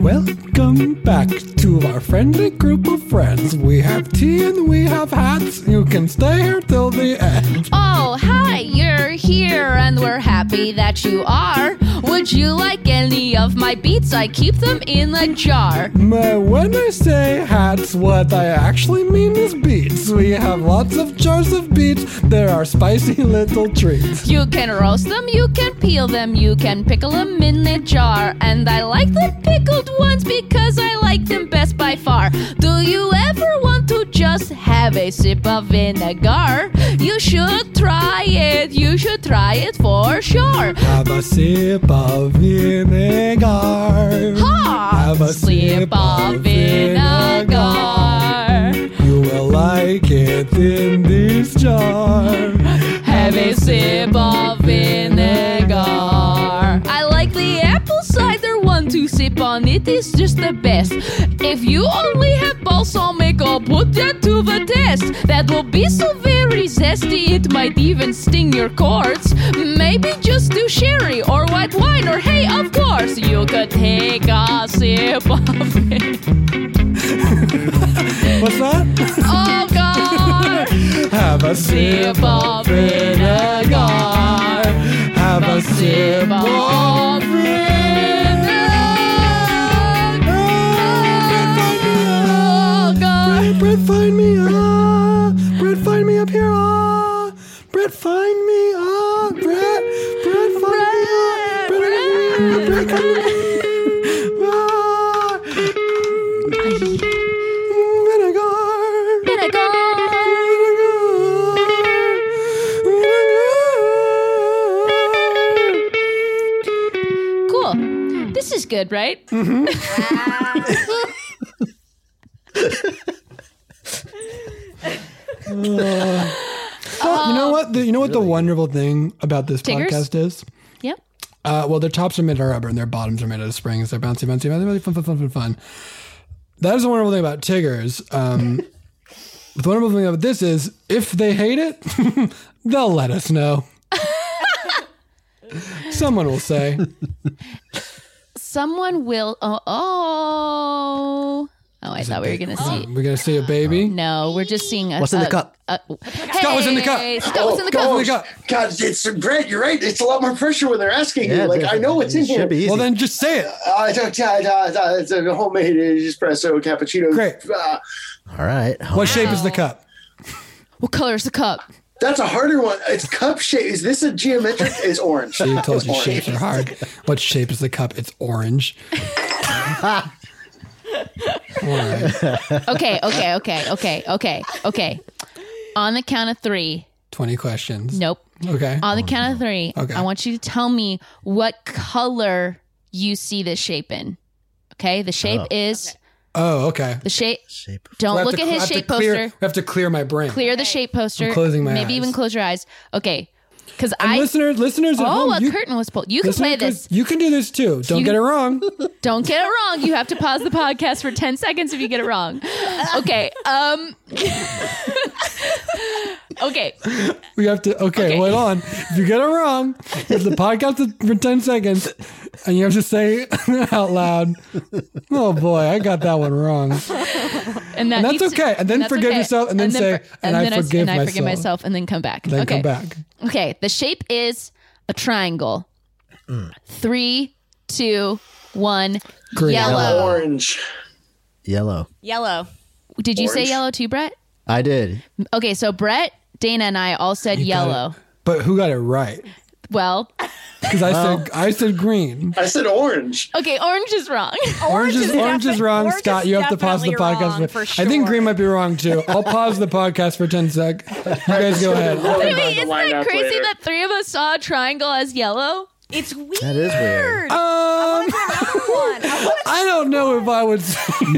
Speaker 4: Welcome back to our friendly group of friends. We have tea and we have hats. You can stay here till the end.
Speaker 3: Oh, hi, you're here, and we're happy that you are. Would you like any of my beats? I keep them in a jar.
Speaker 4: Uh, When I say hats, what I actually mean is beets. We have lots of jars of beets. There are spicy little treats.
Speaker 3: You can roast them, you can peel them, you can pickle them in a jar. And I like the pickled ones because I like them best by far. Do you ever want to just have a sip of vinegar? You should try it, you should try it for sure.
Speaker 4: Have a sip of vinegar. Have a sip of vinegar. You will like it in this jar.
Speaker 3: Have a sip of vinegar. I like the apple cider one to sip on. It is just the best. If you only have balsamic, I'll put that to the test. That will be so very zesty, it might even sting your cords. Maybe just do sherry or white wine, or hey, of course, you could take a sip of it.
Speaker 4: What's that?
Speaker 3: Oh, God!
Speaker 4: Have a sip of vinegar. Have a sip of vinegar. Brett, find me, ah. Brett, find me up here, ah. Brett, find me, ah. Brett, Brett, find me, ah. Brett, Brett, Brett, come here. Ah. Vinegar.
Speaker 3: Cool. This is good, right?
Speaker 4: you know what? The, you know what the wonderful thing about this
Speaker 3: Tigers?
Speaker 4: podcast is?
Speaker 3: Yep.
Speaker 4: Uh, well, their tops are made out of rubber and their bottoms are made out of springs. They're bouncy, bouncy, bouncy, bouncy, fun, fun, fun, fun, fun. That is the wonderful thing about Tiggers. Um, the wonderful thing about this is if they hate it, they'll let us know. Someone will say.
Speaker 3: Someone will. Oh, oh. Oh, um, I thought we were going to see.
Speaker 4: We're going to see a baby.
Speaker 3: No, we're just seeing a.
Speaker 4: What's in the
Speaker 3: a-
Speaker 4: cup?
Speaker 3: a-
Speaker 4: Scott was in the cup. Oh,
Speaker 3: Hey, Scott was in the cup.
Speaker 7: gosh. God, it's Brett. You're right. It's a lot more pressure when they're asking
Speaker 4: Yeah,
Speaker 7: you. Like
Speaker 4: it-
Speaker 7: I know what's
Speaker 4: it
Speaker 7: in
Speaker 4: should
Speaker 7: here.
Speaker 4: be easy. Well, then just say it.
Speaker 7: Uh, da- da- da- da- it's a homemade espresso cappuccino. Great. Uh,
Speaker 9: All right.
Speaker 4: What shape is the cup?
Speaker 3: What color is the cup?
Speaker 7: that's a harder one. It's cup shape. Is this a geometric? Is orange?
Speaker 4: She told you
Speaker 7: Orange.
Speaker 4: shapes are hard. What shape is the cup? It's orange. Orange.
Speaker 3: Okay, okay, okay, okay, okay, okay. On the count of three.
Speaker 4: 20 questions.
Speaker 3: Nope.
Speaker 4: Okay.
Speaker 3: On the count of three,
Speaker 4: Okay.
Speaker 3: I want you to tell me what color you see this shape in. Okay, the shape
Speaker 4: Oh.
Speaker 3: is
Speaker 4: Oh, okay.
Speaker 3: The shape.
Speaker 4: Shape.
Speaker 3: Don't look at his shape poster.
Speaker 4: I have to clear my brain.
Speaker 3: Clear the shape poster.
Speaker 4: I'm closing my
Speaker 3: Maybe
Speaker 4: eyes.
Speaker 3: even close your eyes. Okay. Because I
Speaker 4: listeners, listeners at
Speaker 3: Oh,
Speaker 4: home,
Speaker 3: a
Speaker 4: you-
Speaker 3: curtain was pulled. You can
Speaker 4: Listener,
Speaker 3: play this.
Speaker 4: You can do this too. Don't
Speaker 3: You-
Speaker 4: get it wrong.
Speaker 3: Don't get it wrong. You have to pause the podcast for ten seconds if you get it wrong. Okay. Um. okay.
Speaker 4: We have to. Okay, hold on. If you get it wrong, if the podcast is for ten seconds, and you have to say out loud, "Oh boy, I got that one wrong."
Speaker 3: And, that
Speaker 4: And that's
Speaker 3: needs to-
Speaker 4: okay. And
Speaker 3: Uh,
Speaker 4: then
Speaker 3: that's
Speaker 4: forgive yourself, and then say,
Speaker 3: for-
Speaker 4: "And I
Speaker 3: then
Speaker 4: forgive
Speaker 3: and I forgive
Speaker 4: myself."
Speaker 3: myself, and then come back.
Speaker 4: Then
Speaker 3: okay.
Speaker 4: come back.
Speaker 3: Okay. The shape is a triangle. Three, two, one.
Speaker 6: Green.
Speaker 3: Yellow.
Speaker 7: Orange.
Speaker 6: Yellow.
Speaker 3: Yellow. Did you say
Speaker 7: Orange.
Speaker 3: yellow too, Brett?
Speaker 6: I did.
Speaker 3: Okay, so Brett, Dana, and I all said yellow.
Speaker 4: But who got it right?
Speaker 3: Well,
Speaker 4: Because I said I said green.
Speaker 7: I said orange.
Speaker 3: okay, orange is wrong.
Speaker 4: Orange is orange is wrong, Scott. You have to pause the
Speaker 3: definitely
Speaker 4: podcast.
Speaker 3: wrong,
Speaker 4: for- I think green might be wrong too. I'll pause the podcast for ten sec. You guys go ahead.
Speaker 3: Wait, wait, isn't
Speaker 7: lineup
Speaker 3: that crazy
Speaker 7: later.
Speaker 3: that three of us saw a triangle as yellow?
Speaker 10: It's weird.
Speaker 6: That is weird.
Speaker 4: Um, I don't know if I would.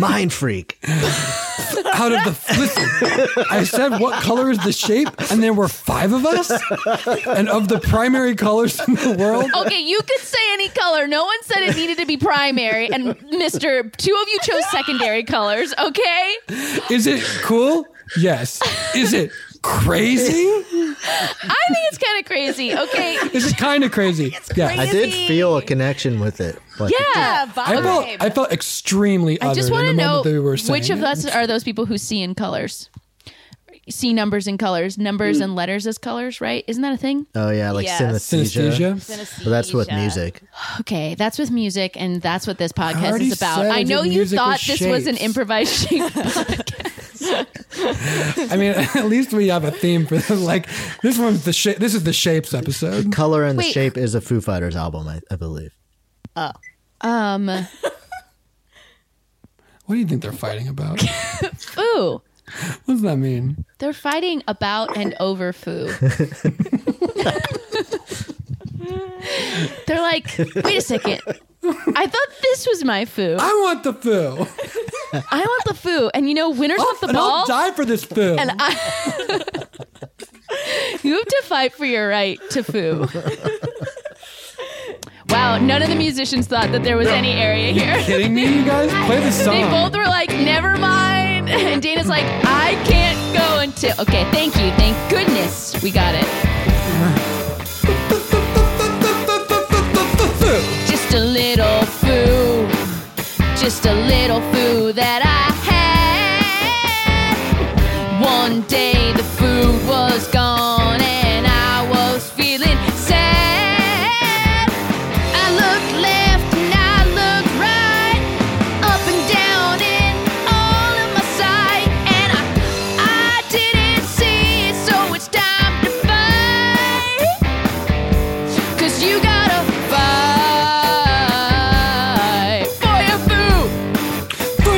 Speaker 6: Mind freak.
Speaker 4: Out of the listen, I said what color is the shape, and there were five of us, and of the primary colors in the world.
Speaker 3: Okay, you could say any color. No one said it needed to be primary, and Mister, two of you chose secondary colors. Okay,
Speaker 4: Is it cool? Yes. Is it crazy?
Speaker 3: I think it's kind of crazy. Okay,
Speaker 4: Is it kind of crazy?
Speaker 6: I did feel a connection with it. Like,
Speaker 3: yeah,
Speaker 4: I felt I felt extremely.
Speaker 3: I just
Speaker 4: othered
Speaker 3: want to
Speaker 4: in the
Speaker 3: know
Speaker 4: moment that we were saying
Speaker 3: which of
Speaker 4: it.
Speaker 3: us are those people who see in colors, see numbers in colors, numbers
Speaker 4: Hmm.
Speaker 3: and letters as colors, right? Isn't that a thing?
Speaker 6: Oh yeah, like
Speaker 3: Yes.
Speaker 6: synesthesia.
Speaker 3: Synesthesia.
Speaker 6: Well, that's what
Speaker 3: Synesthesia.
Speaker 6: music.
Speaker 3: Okay, that's with music, and that's what this podcast
Speaker 6: already
Speaker 3: is about.
Speaker 6: said
Speaker 3: I
Speaker 6: it
Speaker 3: know
Speaker 6: did
Speaker 3: you
Speaker 6: musical
Speaker 3: thought this was an
Speaker 6: shapes.
Speaker 3: improvised shape podcast.
Speaker 4: I mean, at least we have a theme for this. Like this one's the shape. This is the shapes episode.
Speaker 6: Color and the
Speaker 3: Wait.
Speaker 6: Shape is a Foo Fighters album, I, I believe.
Speaker 3: oh. Um.
Speaker 4: What do you think they're fighting about?
Speaker 3: Ooh.
Speaker 4: What does that mean?
Speaker 3: They're fighting about and over foo. They're like, wait a second. I thought this was my foo.
Speaker 4: I want the foo.
Speaker 3: I want the foo. And you know, winners
Speaker 6: Oh,
Speaker 3: want the
Speaker 4: and
Speaker 3: ball.
Speaker 4: I'll die for this foo.
Speaker 3: And I You have to fight for your right to foo. wow, none of the musicians thought that there was any area
Speaker 4: Are you
Speaker 3: here.
Speaker 4: kidding me, you guys? Play the
Speaker 3: They
Speaker 4: song.
Speaker 3: both were like, never mind. And Dana's like, I can't go until. Okay, thank you. Thank goodness we got it. Just a little foo. Just a little foo that I had. One day the foo was gone and I was feeling sad. I looked left and I looked right, up and down and all of my sight, and I, I didn't see it, so it's time to fight. Cause you gotta fight for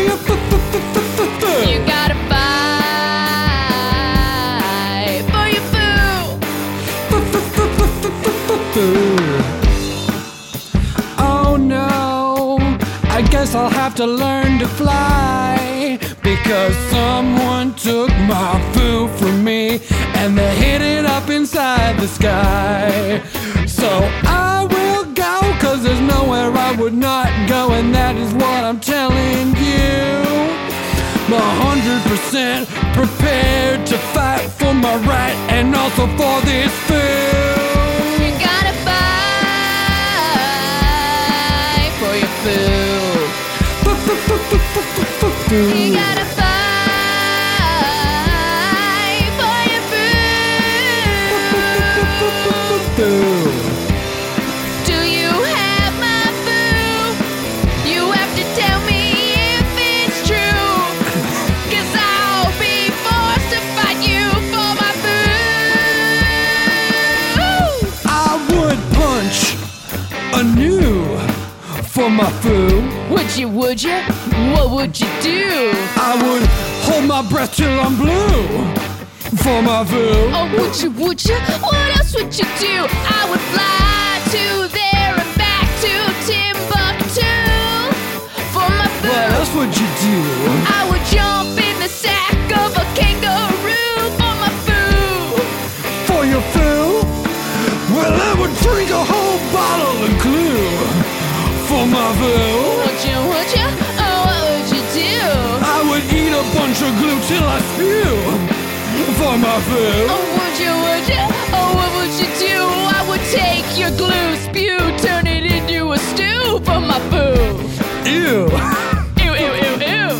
Speaker 3: your food. You gotta fight for your food.
Speaker 4: Foo. Oh no, I guess I'll have to learn to fly because someone took my foo from me and they hid it up inside the sky. So I will go because there's nowhere I would not go, and that is what I'm telling you. I'm 100% prepared to fight for my right and also for this food.
Speaker 3: You gotta fight for your food. You gotta fight for your food. Do you have my food? You have to tell me if it's true. Cause I'll be forced to fight you for my food.
Speaker 4: I would punch anew for my food.
Speaker 3: Would you, would you? What would you do?
Speaker 4: I would hold my breath till I'm blue for my food.
Speaker 3: Oh, would you, would you? What else would you do? I would fly to there and back to Timbuktu for my
Speaker 4: What
Speaker 3: food.
Speaker 4: else would you do? you.
Speaker 3: I would jump in the sack of a kangaroo for my food.
Speaker 11: for your fill. Well, I would drink a whole bottle of glue for my fill.
Speaker 3: Would you, would you? Oh, what would you do?
Speaker 11: I would eat a bunch of glue till I spew for my fill.
Speaker 3: Oh, would you, would you? Oh, what would you do? I would take your glue spew, turn it into a stew for my food.
Speaker 11: Ew.
Speaker 3: Ew, ew, ew, ew.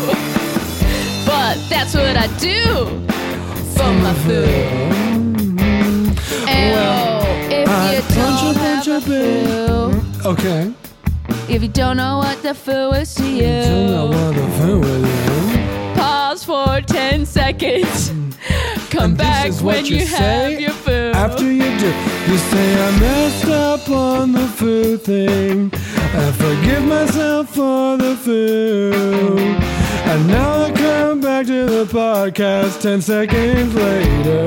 Speaker 3: But that's what I do for my food. Ew. if
Speaker 4: I
Speaker 3: you don't have a food.
Speaker 4: Okay.
Speaker 3: If you don't know what the foo is to
Speaker 4: Don't
Speaker 3: you,
Speaker 4: know what the food with eh? you.
Speaker 3: pause for 10 seconds. Come
Speaker 4: And this
Speaker 3: back
Speaker 4: is
Speaker 3: when
Speaker 4: what you
Speaker 3: you, have
Speaker 4: say
Speaker 3: your foo.
Speaker 4: After you do, you say I messed up on the food thing. I forgive myself for the food. And now I come back to the podcast 10 seconds later.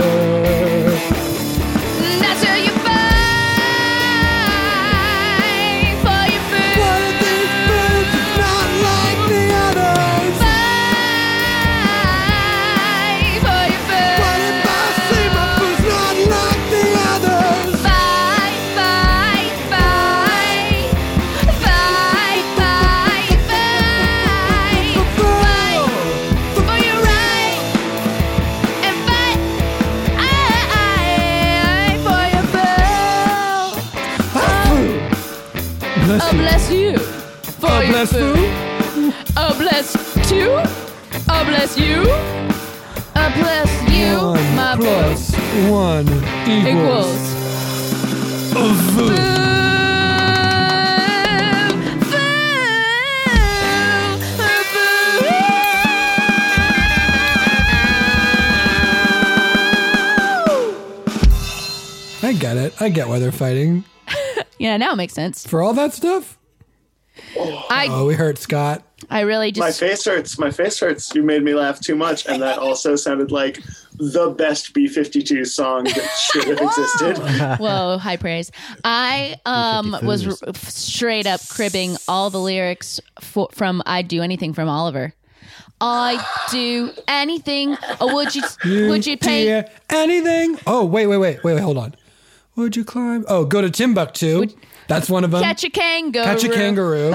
Speaker 3: That's who you fight for your food. One of these foods is not like the others. Fight for your food. What if I say my food's not like the others? Fight, fight, fight. Fight, fight, fight. Fight for your right and fight I, I, for your food.
Speaker 4: Bless
Speaker 3: Oh,
Speaker 4: you.
Speaker 3: bless you. For
Speaker 4: Oh,
Speaker 3: your
Speaker 4: bless
Speaker 3: food. Oh, bless two. Oh, bless you. Oh, bless you.
Speaker 4: One
Speaker 3: my food
Speaker 4: plus one equals,
Speaker 3: equals
Speaker 4: a food. I get it. I get why they're fighting.
Speaker 3: Yeah, now it makes sense.
Speaker 4: For all that stuff?
Speaker 3: I
Speaker 4: Oh, we hurt Scott.
Speaker 3: I really
Speaker 7: my
Speaker 3: just
Speaker 7: face hurts. My face hurts. You made me laugh too much, and that also sounded like the best B52 song that should have existed.
Speaker 3: Whoa, high praise. I um was r- f- straight up cribbing all the lyrics for, from I Do Anything from Oliver. I do anything. Or would you would you pay
Speaker 4: dear anything? Oh, wait, wait, wait, wait, wait, hold on. Would you climb? Oh, go to Timbuktu. That's one of them.
Speaker 3: catch a kangaroo?
Speaker 4: Catch a kangaroo.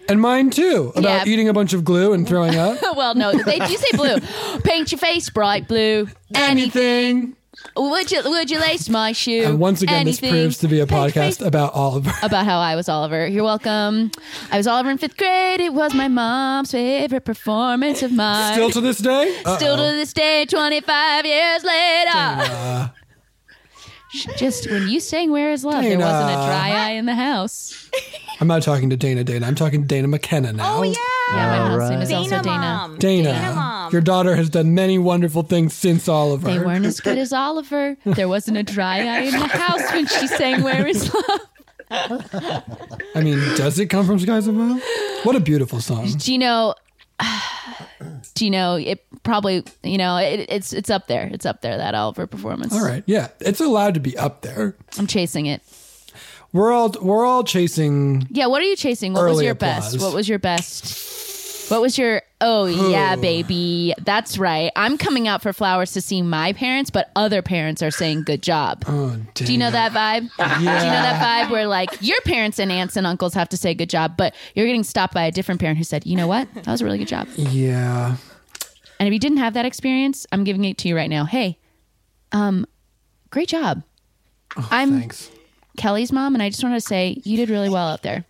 Speaker 4: and mine too, about
Speaker 3: Yeah.
Speaker 4: eating a bunch of glue and throwing up.
Speaker 3: well, no, they do say blue. Paint your face bright blue.
Speaker 4: Anything.
Speaker 3: Would you would you lace my shoe?
Speaker 4: And once again,
Speaker 3: anything.
Speaker 4: this proves to be a podcast about Oliver.
Speaker 3: about how I was Oliver. You're welcome. I was Oliver in fifth grade. It was my mom's favorite performance of mine.
Speaker 4: Still to this day?
Speaker 3: Still to
Speaker 4: Uh-oh.
Speaker 3: this day, 25 years later. Sh- Just when you sang Where Is Love, there wasn't a
Speaker 4: Dana.
Speaker 3: dry eye in the house.
Speaker 4: I'm not talking to Dana Dana. I'm talking to Dana McKenna now. Oh, yeah.
Speaker 3: Yeah, my mom's
Speaker 4: right.
Speaker 3: name is also Dana.
Speaker 4: Dana, your daughter has done many wonderful things since Oliver.
Speaker 3: They weren't as good as Oliver. There wasn't a dry eye in the house when she sang Where Is Love.
Speaker 4: I mean, does it come from Skies Above? What a beautiful song.
Speaker 3: Do you know? Do you know? It probably you know it, it's it's up there. It's up there that Oliver performance.
Speaker 4: All right, yeah, it's allowed to be up there.
Speaker 3: I'm chasing it.
Speaker 4: We're all we're all chasing.
Speaker 3: Yeah, what are you chasing? What was
Speaker 4: Early
Speaker 3: your
Speaker 4: applause.
Speaker 3: best? What was your best? What was your oh yeah, baby? That's right. I'm coming out for flowers to see my parents, but other parents are saying good job.
Speaker 4: Oh, dang.
Speaker 3: Do you know that vibe? Do you know that
Speaker 4: Yeah.
Speaker 3: vibe where like your parents and aunts and uncles have to say good job, but you're getting stopped by a different parent who said, you know what? That was a really good job.
Speaker 4: Yeah,
Speaker 3: And if you didn't have that experience, I'm giving it to you right now. Hey, um, great job.
Speaker 4: Oh,
Speaker 3: I'm
Speaker 4: thanks.
Speaker 3: Kelly's mom, and I just wanted to say you did really well out there.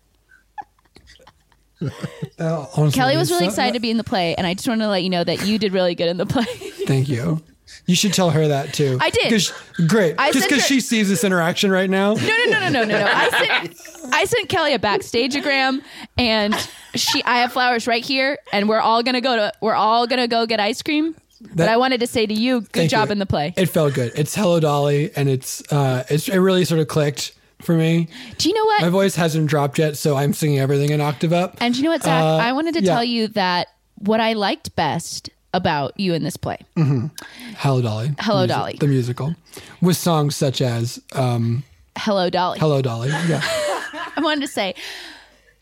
Speaker 4: Uh, honestly,
Speaker 3: Kelly was really
Speaker 4: so-
Speaker 3: excited to be in the play, and I just wanted to let you know that you did really good in the play.
Speaker 4: Thank you. You should tell her that too.
Speaker 3: I did.
Speaker 4: 'Cause- Great.
Speaker 3: I
Speaker 4: Just
Speaker 3: sent
Speaker 4: because
Speaker 3: her-
Speaker 4: she sees this interaction right now.
Speaker 3: No, no, no, no, no, no, no. I sent I sent Kelly a backstageagram, and she I have flowers right here, and we're all gonna go to we're all gonna go get ice cream. but
Speaker 4: That-
Speaker 3: I wanted to say to you, good
Speaker 4: Thank
Speaker 3: job
Speaker 4: you.
Speaker 3: in the play.
Speaker 4: It felt good. It's Hello Dolly, and it's uh, it's it really sort of clicked for me.
Speaker 3: Do you know what?
Speaker 4: My voice hasn't dropped yet, so I'm singing everything an octave up.
Speaker 3: And you know what, Zach?
Speaker 4: Uh,
Speaker 3: I wanted to
Speaker 4: yeah.
Speaker 3: tell you that what I liked best about you in this play.
Speaker 4: Hello Dolly.
Speaker 3: Hello,
Speaker 4: Musi-
Speaker 3: Dolly.
Speaker 4: The musical, with songs such as um,
Speaker 3: Hello, Dolly.
Speaker 4: Hello Dolly. Yeah.
Speaker 3: I wanted to say,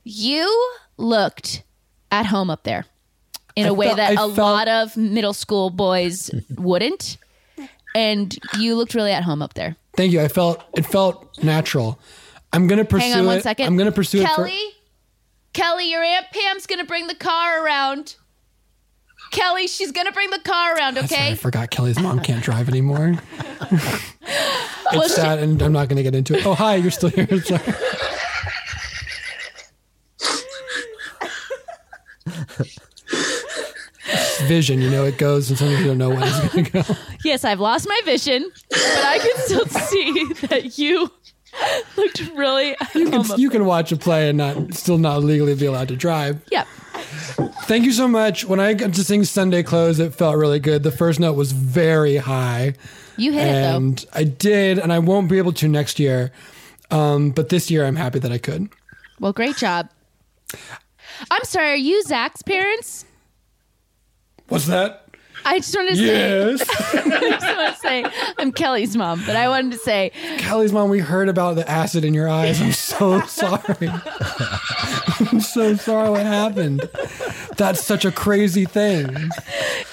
Speaker 3: you looked at home up there. in a
Speaker 12: I
Speaker 3: way
Speaker 12: felt-
Speaker 3: that
Speaker 12: I
Speaker 3: a
Speaker 12: felt-
Speaker 3: lot of middle school boys wouldn't. And you looked really at home up there.
Speaker 4: Thank you. I felt it felt natural. I'm gonna pursue
Speaker 3: Hang on one
Speaker 4: it.
Speaker 3: second.
Speaker 4: I'm gonna pursue
Speaker 3: Kelly,
Speaker 4: it.
Speaker 3: Kelly, your aunt Pam's gonna bring the car around. Kelly, she's gonna bring the car around.
Speaker 4: For, Sorry, I
Speaker 3: Okay.
Speaker 4: forgot Kelly's mom can't drive anymore. it's
Speaker 3: Well, she-
Speaker 4: sad, and I'm not gonna get into it. Oh hi, you're still here. Sorry. Vision, you know, it goes, and sometimes you don't know when it's gonna go.
Speaker 3: Yes, I've lost my vision, but I can still see that you looked really. At
Speaker 4: You
Speaker 3: home
Speaker 4: can
Speaker 3: up
Speaker 4: you can watch a play and not still not legally be allowed to drive.
Speaker 3: Yep.
Speaker 4: Thank you so much. When I got to sing Sunday Clothes, it felt really good. The first note was very high.
Speaker 3: You hit it, though.
Speaker 4: and I did, and I won't be able to next year. Um, but this year, I'm happy that I could.
Speaker 3: Well, great job. I'm sorry. Are you Zach's parents?
Speaker 4: What's that?
Speaker 3: I just wanted to
Speaker 4: Yes.
Speaker 3: say. I just want to say I'm Kelly's mom, but I wanted to say
Speaker 4: Kelly's mom, we heard about the acid in your eyes. I'm so sorry. I'm so sorry what happened. That's such a crazy thing.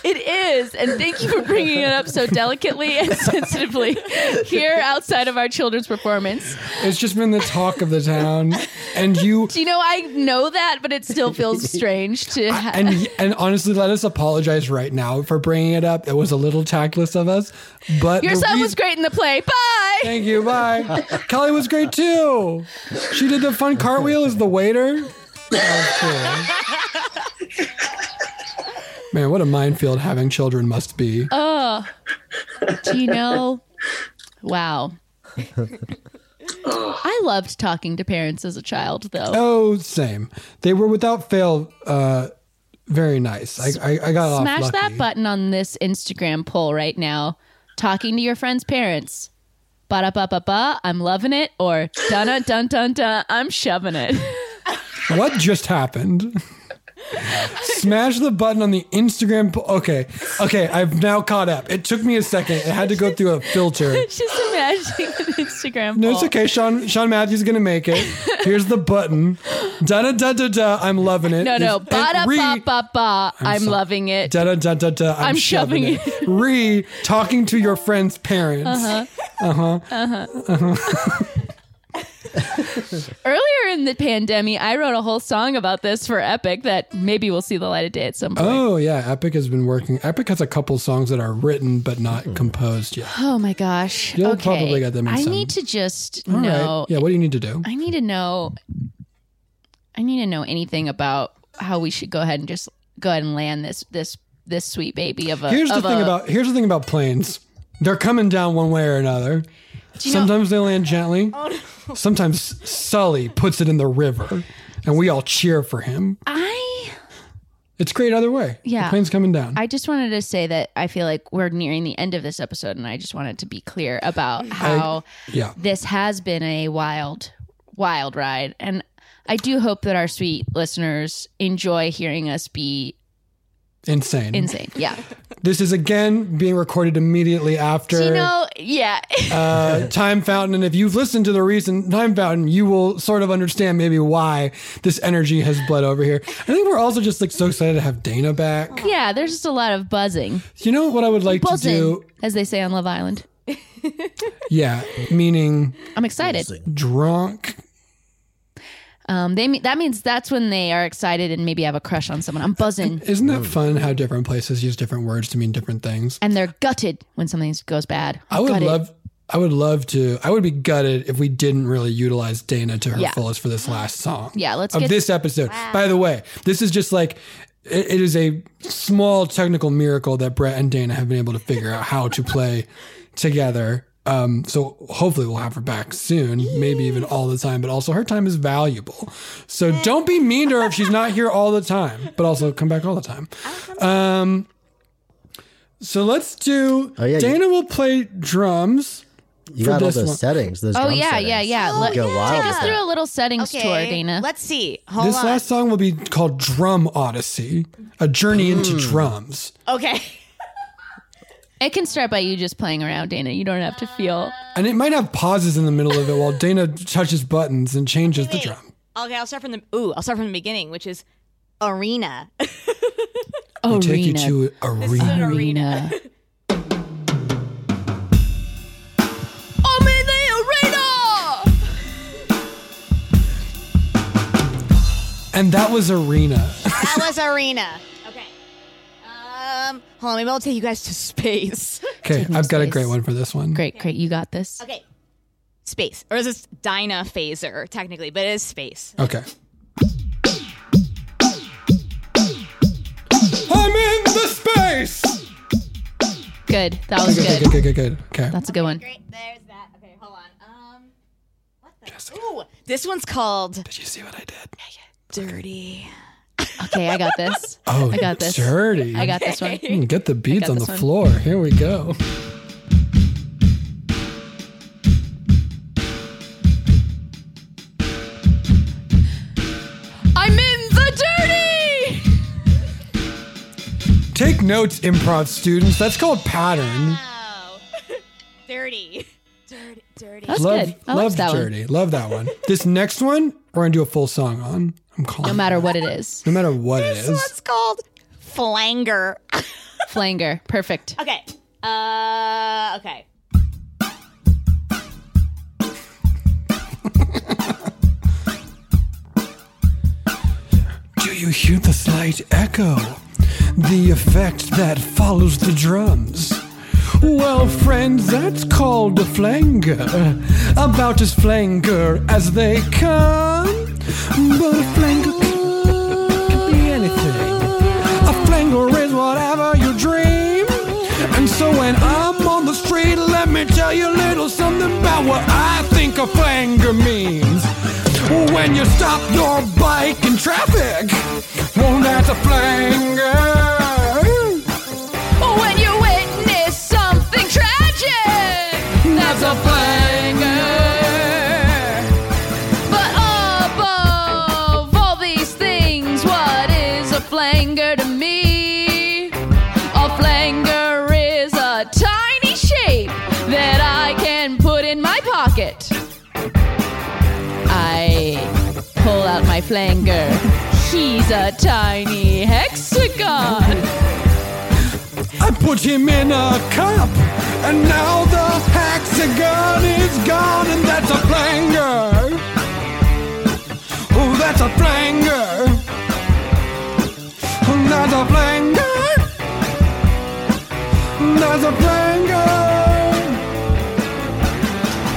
Speaker 3: it is, and thank you for bringing it up so delicately and sensitively here outside of our children's performance.
Speaker 4: It's just been the talk of the town. And you
Speaker 3: Do you know I know that, but it still feels strange to. Ha-
Speaker 4: and and honestly, let us apologize right now for bringing it up. It was a little tactless of us, but
Speaker 3: your
Speaker 4: the
Speaker 3: son
Speaker 4: reas-
Speaker 3: was great in the play. Bye.
Speaker 4: Thank you. Bye. Kelly was great too. She did the fun cartwheel as the waiter. That was cool. Man, what a minefield having children must be.
Speaker 3: Oh, do you know? Wow. I loved talking to parents as a child, though.
Speaker 4: Oh, same. They were without fail uh, very nice. I, I, I got
Speaker 3: Smash
Speaker 4: off lucky.
Speaker 3: that button on this Instagram poll right now. Talking to your friends' parents. Ba da ba ba ba, I'm loving it. Or dun dun dun dun, I'm shoving it.
Speaker 4: What just happened? Smash the button on the Instagram. Po- okay, okay, I've now caught up. It took me a second. It had to go through a filter.
Speaker 3: Just imagining an Instagram poll.
Speaker 4: No, it's okay. Sean Sean Matthews is gonna make it. Here's the button. Da da da da da. I'm loving it.
Speaker 3: No, no.
Speaker 4: It's-
Speaker 3: Ba da
Speaker 4: and
Speaker 3: ba
Speaker 4: re-
Speaker 3: ba ba,
Speaker 4: I'm
Speaker 3: I'm
Speaker 4: sorry.
Speaker 3: loving it.
Speaker 4: Da da da da da. I'm,
Speaker 3: I'm
Speaker 4: shoving,
Speaker 3: shoving
Speaker 4: it. Re talking to your friend's parents.
Speaker 3: Uh huh.
Speaker 4: Uh huh.
Speaker 3: Uh huh.
Speaker 4: Uh huh.
Speaker 3: Earlier in the pandemic, I wrote a whole song about this for Epic that maybe we'll see the light of day at some point.
Speaker 4: Oh yeah, Epic has been working. Epic has a couple songs that are written but not composed yet.
Speaker 3: Oh my gosh.
Speaker 4: You'll
Speaker 3: okay.
Speaker 4: probably get them in
Speaker 3: I
Speaker 4: some.
Speaker 3: need to just
Speaker 4: All right.
Speaker 3: know.
Speaker 4: Yeah. What do you need to do?
Speaker 3: I need to know. I need to know anything about how we should go ahead and just go ahead and land this this this sweet baby of a.
Speaker 4: here's the
Speaker 3: Uh, of
Speaker 4: thing
Speaker 3: a-
Speaker 4: about here's the thing about planes. They're coming down one way or another.
Speaker 3: Do you know- Oh,
Speaker 4: Sometimes they land gently. Sometimes Sully puts it in the river, and we all cheer for him.
Speaker 3: I
Speaker 4: It's great either way.
Speaker 3: Yeah.
Speaker 4: the plane's coming down.
Speaker 3: I just wanted to say that I feel like we're nearing the end of this episode, and I just wanted to be clear about how
Speaker 4: yeah.
Speaker 3: this has been a wild, wild ride, and I do hope that our sweet listeners enjoy hearing us be
Speaker 4: Insane.
Speaker 3: insane. Yeah,
Speaker 4: This is again being recorded immediately after.
Speaker 3: do you know? Yeah,
Speaker 4: uh, Time Fountain. And if you've listened to the recent Time Fountain, you will sort of understand maybe why this energy has bled over here. I think we're also just like so excited to have Dana back.
Speaker 3: yeah. There's just a lot of buzzing.
Speaker 4: You know what I would like
Speaker 3: buzzing,
Speaker 4: to do?
Speaker 3: as they say on Love Island.
Speaker 4: Yeah, meaning
Speaker 3: I'm excited.
Speaker 4: drunk.
Speaker 3: Um, they mean that means that's when they are excited and maybe have a crush on someone. I'm buzzing,
Speaker 4: Isn't that fun how different places use different words to mean different things?
Speaker 3: and they're gutted when something goes bad.
Speaker 4: I would
Speaker 3: Gutted.
Speaker 4: love. I would love to. I would be gutted if we didn't really utilize Dana to her
Speaker 3: Yeah.
Speaker 4: fullest for this last song.
Speaker 3: Yeah, let's
Speaker 4: of
Speaker 3: get
Speaker 4: this episode. By the way, this is just like it, it is a small technical miracle that Brett and Dana have been able to figure out how to play together. Um, so hopefully we'll have her back soon, maybe even all the time. But also her time is valuable, so don't be mean to her if she's not here all the time. But also come back all the time. Um, so let's do.
Speaker 13: Oh, yeah, you-
Speaker 4: Dana will play drums.
Speaker 13: You
Speaker 4: for
Speaker 13: got all
Speaker 4: this
Speaker 13: those
Speaker 4: one.
Speaker 13: settings. Those
Speaker 3: Oh
Speaker 13: drum
Speaker 3: yeah,
Speaker 13: settings.
Speaker 3: yeah, yeah,
Speaker 13: You
Speaker 3: Let-
Speaker 13: go wild
Speaker 3: Take
Speaker 13: with
Speaker 3: us
Speaker 13: that.
Speaker 3: through a little settings tour, Dana.
Speaker 10: Let's see. Hold
Speaker 4: this
Speaker 10: on.
Speaker 4: last song will be called Drum Odyssey, a journey into drums.
Speaker 10: okay.
Speaker 3: It can start by you just playing around, Dana. You don't have to feel.
Speaker 4: And it might have pauses in the middle of it while Dana touches buttons and changes the drum.
Speaker 10: Okay, I'll start from the ooh, I'll start from the beginning, which is arena.
Speaker 4: They take you to an
Speaker 3: This is an
Speaker 4: arena.
Speaker 3: arena. I'm in the arena!
Speaker 4: And that was arena.
Speaker 10: That was arena. Okay. Um, hold on. Maybe I'll take you guys to space.
Speaker 4: Okay,
Speaker 10: Take me
Speaker 4: I've
Speaker 10: to
Speaker 4: got a
Speaker 10: space.
Speaker 4: great one for this one.
Speaker 3: Great, great. You got this.
Speaker 10: Okay. Space, or is this Dyna phaser technically? But it is space.
Speaker 4: Okay. I'm in the space.
Speaker 3: Good. That was good.
Speaker 4: Okay, good, good, good, good. Okay.
Speaker 3: That's a good one.
Speaker 10: Great. There's that. Okay. Hold on. Um, what the? Ooh, this one's called. Did
Speaker 4: you see what I did?
Speaker 10: Dirty.
Speaker 3: Okay, I got this.
Speaker 4: Oh,
Speaker 3: I got this.
Speaker 4: dirty.
Speaker 3: I got this one.
Speaker 4: Mm, Get the
Speaker 3: I
Speaker 4: beads
Speaker 3: got
Speaker 4: on the
Speaker 3: this one.
Speaker 4: floor. Here we go.
Speaker 3: I'm in the dirty!
Speaker 4: Take notes, improv students. That's called pattern.
Speaker 10: Dirty. Oh. Dirty. Dirty.
Speaker 4: love, love dirty. Love that one. This next one, we're gonna do a full song on. I'm calling.
Speaker 3: No matter what it is.
Speaker 4: No matter what it
Speaker 10: This
Speaker 4: is.
Speaker 10: one's called Flanger.
Speaker 3: Flanger. Perfect.
Speaker 10: Okay. Uh. Okay.
Speaker 4: Do you hear the slight echo? The effect that follows the drums. Well, friends, that's called a flanger. About as flanger as they come. But a flanger can, can be anything. A flanger is whatever you dream. And so when I'm on the street, let me tell you a little something about what I think a flanger means. When you stop your bike in traffic, well, that's a flanger.
Speaker 3: When you witness something tragic, that's a flanger. But above all these things, what is a flanger to me? A flanger is a tiny shape that I can put in my pocket. I pull out my flanger. He's a tiny hexagon.
Speaker 4: I put him in a cup, and now the hexagon is gone, and that's a flanger. Oh, that's a flanger. Oh, That's a flanger. That's a flanger.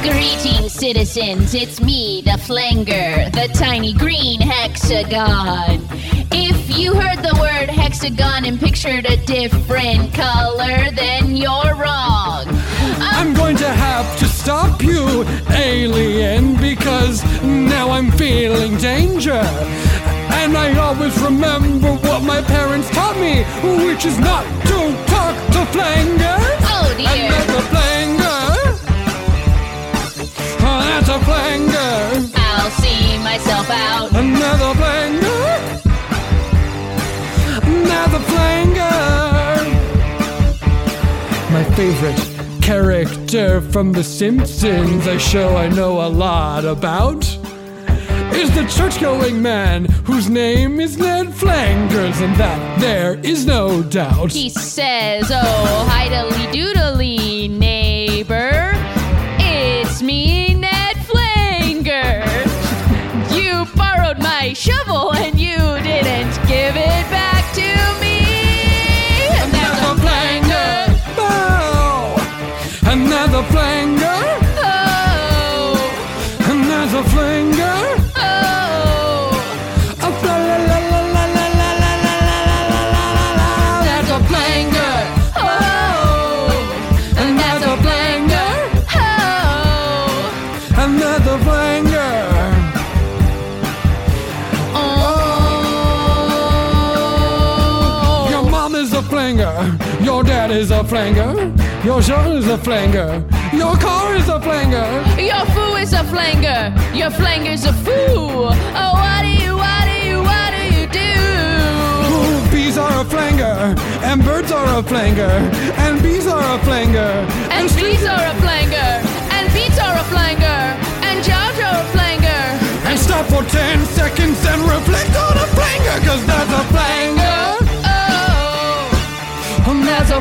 Speaker 14: Greetings, citizens. It's me, the Flanger, the tiny green hexagon. If you heard the word hexagon and pictured a different color, then you're wrong.
Speaker 4: I'm going to have to stop you, alien, because now I'm feeling danger. And I always remember what my parents taught me, which is not to talk to flangers.
Speaker 14: Oh dear.
Speaker 4: And that's a flanger. Oh, that's a flanger.
Speaker 14: I'll see myself out.
Speaker 4: Another flanger. Another flanger. My favorite character from The Simpsons, a show I know a lot about, is the church going man whose name is Ned Flangers, and that there is no doubt.
Speaker 3: He says, Oh, hidely doodly, neighbor. It's me, Ned Flanger. You borrowed my shovel and you didn't give it back to me. And that's a flanger.
Speaker 4: Oh, another flanger,
Speaker 3: Oh,
Speaker 4: another flanger.
Speaker 3: oh.
Speaker 4: A fla- la- la- la- la- la- la- la- la- la- la- la- la- la- la-
Speaker 3: That's a flanger. Oh, and that's a flanger. Oh.
Speaker 4: Another flanger.
Speaker 3: Oh.
Speaker 4: Your mom is a flanger. Your dad is a flanger. Your son is a flanger. Your car is a flanger.
Speaker 3: Your foo is a flanger. Your flanger's a foo. Oh, what do you, what do you, what do you do?
Speaker 4: Ooh, bees are a flanger. And birds are a flanger. And bees are a flanger.
Speaker 3: And bees are a flanger. And beats are a flanger. And jars are a flanger.
Speaker 4: And stop for 10 seconds and reflect on a flanger. Cause that's a flanger.
Speaker 3: Oh, Oh, Oh,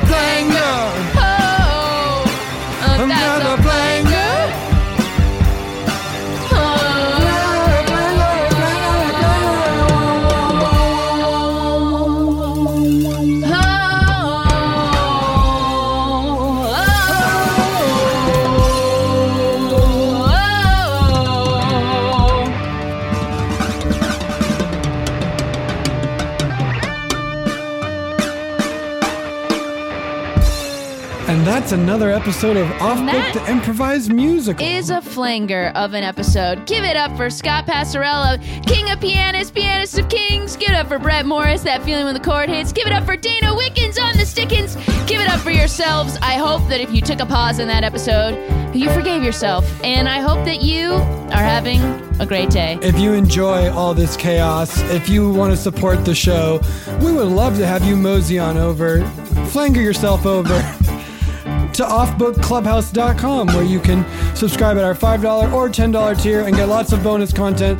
Speaker 3: oh, oh.
Speaker 4: And that's another episode of Off Book
Speaker 3: that-
Speaker 4: the Improvised Musical.
Speaker 3: Is a flanger of an episode. Give it up for Scott Passarella, king of pianists, pianist of kings. Give it up for Brett Morris, that feeling when the chord hits. Give it up for Dana Wickens on the Stickins. Give it up for yourselves. I hope that if you took a pause in that episode, you forgave yourself. And I hope that you are having a great day.
Speaker 4: If you enjoy all this chaos, if you want to support the show, we would love to have you mosey on over, flanger yourself over to offbookclubhouse.com where you can subscribe at our $5 or $10 tier and get lots of bonus content.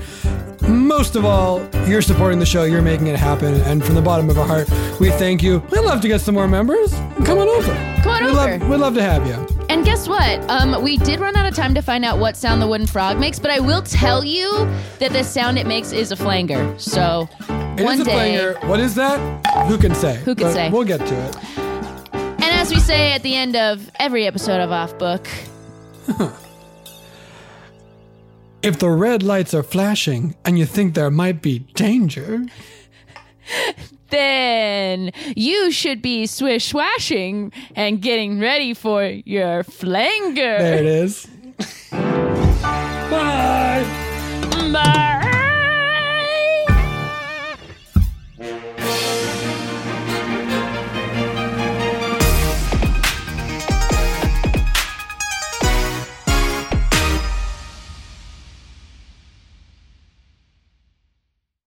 Speaker 4: Most of all, you're supporting the show, you're making it happen, and from the bottom of our heart, we thank you. We'd love to get some more members. Come on over.
Speaker 3: Come on
Speaker 4: we'd
Speaker 3: over.
Speaker 4: Love, we'd love to have you.
Speaker 3: And guess what? Um, we did run out of time to find out what sound the wooden frog makes, but I will tell you that the sound it makes is a flanger. So
Speaker 4: It is
Speaker 3: one
Speaker 4: a
Speaker 3: day.
Speaker 4: flanger. What is that? Who can say?
Speaker 3: Who can
Speaker 4: But
Speaker 3: say?
Speaker 4: We'll get to it.
Speaker 3: And as we say at the end of every episode of Off Book,
Speaker 4: If the red lights are flashing and you think there might be danger,
Speaker 3: then you should be swish swashing and getting ready for your flanger.
Speaker 4: there it is.
Speaker 3: Bye. Bye.